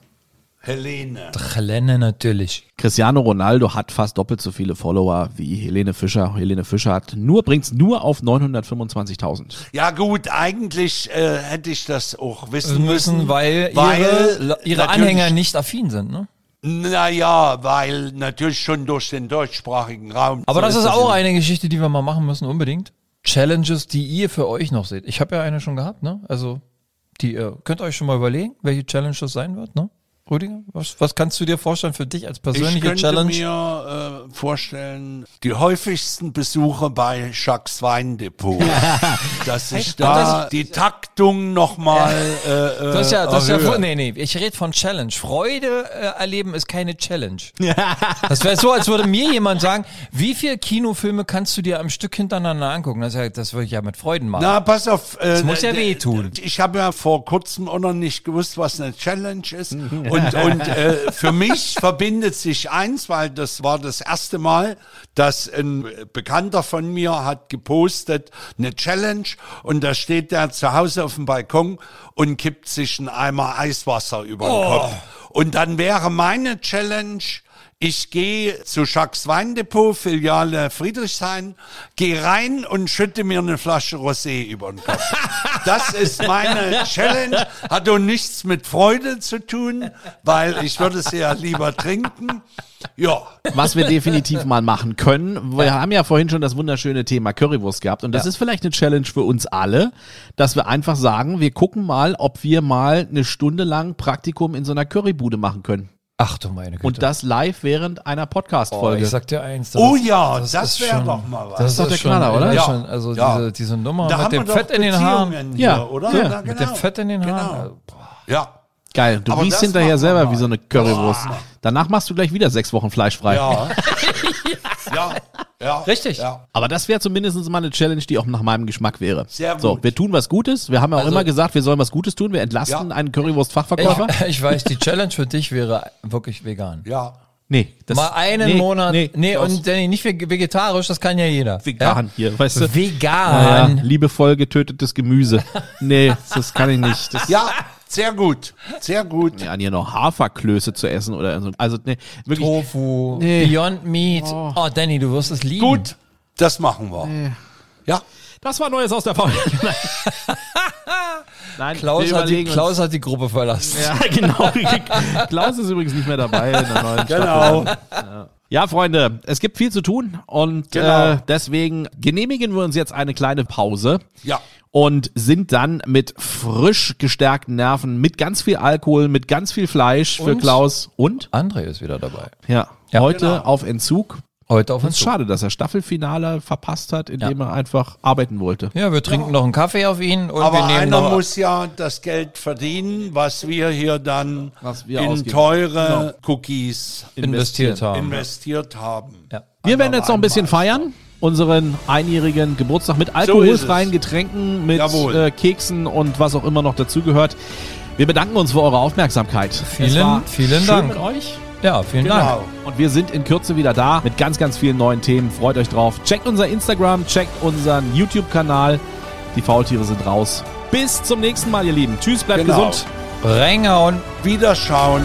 Speaker 4: Helene.
Speaker 2: Helene natürlich.
Speaker 7: Cristiano Ronaldo hat fast doppelt so viele Follower wie Helene Fischer. Helene Fischer hat nur, bringt's nur auf 925.000.
Speaker 4: Ja gut, eigentlich äh, hätte ich das auch wissen
Speaker 2: Müssen,
Speaker 4: müssen.
Speaker 2: weil, ihre, ihre
Speaker 4: natürlich-
Speaker 2: Anhänger nicht affin sind, ne?
Speaker 4: Naja, weil natürlich schon durch den deutschsprachigen Raum.
Speaker 2: Aber
Speaker 4: So
Speaker 2: das ist
Speaker 4: es
Speaker 2: auch
Speaker 4: in-
Speaker 2: eine Geschichte, die wir mal machen müssen, unbedingt. Challenges, die ihr für euch noch seht. Ich habe ja eine schon gehabt, ne? Also, die ihr könnt euch schon mal überlegen, welche Challenge das sein wird, ne? Rüdiger, was, was kannst du dir vorstellen für dich als
Speaker 4: Ich
Speaker 2: persönliche
Speaker 4: könnte
Speaker 2: Challenge?
Speaker 4: mir äh, vorstellen, die häufigsten Besuche bei Jacques Weindepot, dass ich da
Speaker 2: das-
Speaker 4: die Taktung nochmal äh, äh,
Speaker 2: das ist ja, das ist ja,
Speaker 4: erhöhe.
Speaker 2: fu- nee, nee, ich rede von Challenge. Freude äh, erleben ist keine Challenge. das wäre so, als würde mir jemand sagen, wie viele Kinofilme kannst du dir am Stück hintereinander angucken? Das, ist ja- das würde ich ja mit Freuden machen.
Speaker 4: Na, pass auf. Äh,
Speaker 2: muss ja
Speaker 4: d-
Speaker 2: wehtun.
Speaker 4: d- Ich habe ja vor kurzem auch noch nicht gewusst, was eine Challenge ist. und und äh, für mich verbindet sich eins, weil das war das erste Mal, dass ein Bekannter von mir hat gepostet, eine Challenge. Und da steht der zu Hause auf dem Balkon und kippt sich einen Eimer Eiswasser über den
Speaker 2: Oh.
Speaker 4: Kopf. Und dann wäre meine Challenge, ich gehe zu Jacques Weindepot, Filiale Friedrichshain, gehe rein und schütte mir eine Flasche Rosé über den Kopf. Das ist meine Challenge. Hat doch nichts mit Freude zu tun, weil ich würde es ja lieber trinken. Ja,
Speaker 7: Was wir definitiv mal machen können, wir haben ja vorhin schon das wunderschöne Thema Currywurst gehabt und das ist vielleicht eine Challenge für uns alle, dass wir einfach sagen, wir gucken mal, ob wir mal eine Stunde lang Praktikum in so einer Currybude machen können.
Speaker 2: Ach du meine Güte.
Speaker 7: Und das live während einer
Speaker 2: Boah,
Speaker 7: Podcast-Folge.
Speaker 2: ich sag dir eins.
Speaker 4: Oh ja, das
Speaker 2: ist
Speaker 4: wär
Speaker 2: schon-
Speaker 4: doch mal was.
Speaker 2: Das ist doch der Knaller, oder?
Speaker 4: Ja.
Speaker 2: Schon, also
Speaker 4: Ja.
Speaker 2: diese, diese Nummer
Speaker 4: da
Speaker 2: mit
Speaker 4: haben wir
Speaker 2: dem
Speaker 4: doch
Speaker 2: Fett in den Haaren.
Speaker 4: Beziehungen
Speaker 7: Ja,
Speaker 4: hier, oder?
Speaker 7: ja,
Speaker 4: Na,
Speaker 2: Mit
Speaker 4: genau.
Speaker 2: dem Fett in den Haaren.
Speaker 4: Genau. Ja.
Speaker 7: Geil, du
Speaker 4: Aber
Speaker 7: riechst
Speaker 4: das
Speaker 7: hinterher
Speaker 4: machen wir
Speaker 7: selber
Speaker 4: mal.
Speaker 7: wie so eine Currywurst. Danach machst du gleich wieder sechs Wochen fleischfrei.
Speaker 4: Ja. ja. Ja.
Speaker 2: Richtig.
Speaker 4: Ja.
Speaker 7: Aber das wäre zumindest mal eine Challenge, die auch nach meinem Geschmack wäre.
Speaker 4: Sehr
Speaker 7: So,
Speaker 4: gut.
Speaker 7: wir tun was Gutes. Wir haben ja auch
Speaker 2: Also-
Speaker 7: immer gesagt, wir sollen was Gutes tun. Wir entlasten
Speaker 4: Ja.
Speaker 7: einen
Speaker 4: Genau.
Speaker 7: Currywurst-Fachverkäufer.
Speaker 2: Ich, ich weiß, die Challenge für dich wäre wirklich vegan.
Speaker 4: Ja.
Speaker 7: Nee, das
Speaker 2: Mal einen
Speaker 7: nee,
Speaker 2: Monat. Nee,
Speaker 7: Nee, Klaus.
Speaker 2: und Danny, nicht veg- vegetarisch, das kann ja jeder.
Speaker 7: vegan hier, weißt
Speaker 2: Ja?
Speaker 7: du? Ja,
Speaker 2: Vegan.
Speaker 7: liebevoll getötetes Gemüse. Nee, das kann ich nicht. Das
Speaker 4: Ja, sehr gut. Sehr gut.
Speaker 7: an hier noch Haferklöße zu essen oder so. Also nee, wirklich
Speaker 2: Tofu,
Speaker 7: Nee.
Speaker 2: Beyond Meat. Oh. Danny, du wirst es lieben.
Speaker 4: Gut, das machen wir. Ja.
Speaker 7: Das war neues aus der Folge. Nein,
Speaker 2: Klaus
Speaker 7: wir
Speaker 2: hat, die,
Speaker 7: überlegen uns-
Speaker 2: Klaus hat die Gruppe verlassen.
Speaker 7: Ja, genau. Klaus ist übrigens nicht mehr dabei in der neuen Staffel. Ja, Freunde, es gibt viel zu tun und
Speaker 4: Genau.
Speaker 7: äh, deswegen genehmigen wir uns jetzt eine kleine Pause.
Speaker 4: Ja.
Speaker 7: Und sind dann mit frisch gestärkten Nerven, mit ganz viel Alkohol, mit ganz viel Fleisch für
Speaker 2: Und?
Speaker 7: Klaus und
Speaker 2: André ist wieder dabei.
Speaker 7: ja,
Speaker 2: Ja.
Speaker 7: heute
Speaker 4: Genau.
Speaker 7: auf Entzug.
Speaker 2: Heute auf
Speaker 7: Das
Speaker 2: uns
Speaker 7: ist
Speaker 2: zu.
Speaker 7: schade, dass er Staffelfinale verpasst hat, indem er einfach arbeiten wollte.
Speaker 2: Ja, wir trinken noch einen Kaffee auf ihn und wir
Speaker 4: Aber
Speaker 2: nehmen
Speaker 4: einer
Speaker 2: noch
Speaker 4: muss ja das Geld verdienen, was wir hier dann
Speaker 7: Was wir
Speaker 4: in
Speaker 7: ausgeben.
Speaker 4: teure
Speaker 2: Genau.
Speaker 4: Cookies
Speaker 2: investiert haben.
Speaker 4: investiert haben.
Speaker 2: Ja.
Speaker 7: Wir werden jetzt noch ein bisschen feiern. Unseren einjährigen Geburtstag mit alkoholfreien
Speaker 4: ist es.
Speaker 7: Getränken, mit
Speaker 4: Jawohl.
Speaker 7: äh, Keksen und was auch immer noch dazugehört. Wir bedanken uns für eure Aufmerksamkeit. Es war
Speaker 2: Vielen, vielen
Speaker 7: schön
Speaker 2: Dank.
Speaker 7: Mit euch.
Speaker 2: Ja, vielen Dank.
Speaker 4: Genau.
Speaker 7: Und wir sind in Kürze wieder da mit ganz, ganz vielen neuen Themen. Freut euch drauf. Checkt unser Instagram, checkt unseren YouTube-Kanal. Die Faultiere sind raus. Bis zum nächsten Mal, ihr Lieben. Tschüss, bleibt
Speaker 4: Genau.
Speaker 7: gesund.
Speaker 2: Reingehauen.
Speaker 4: Wiederschauen.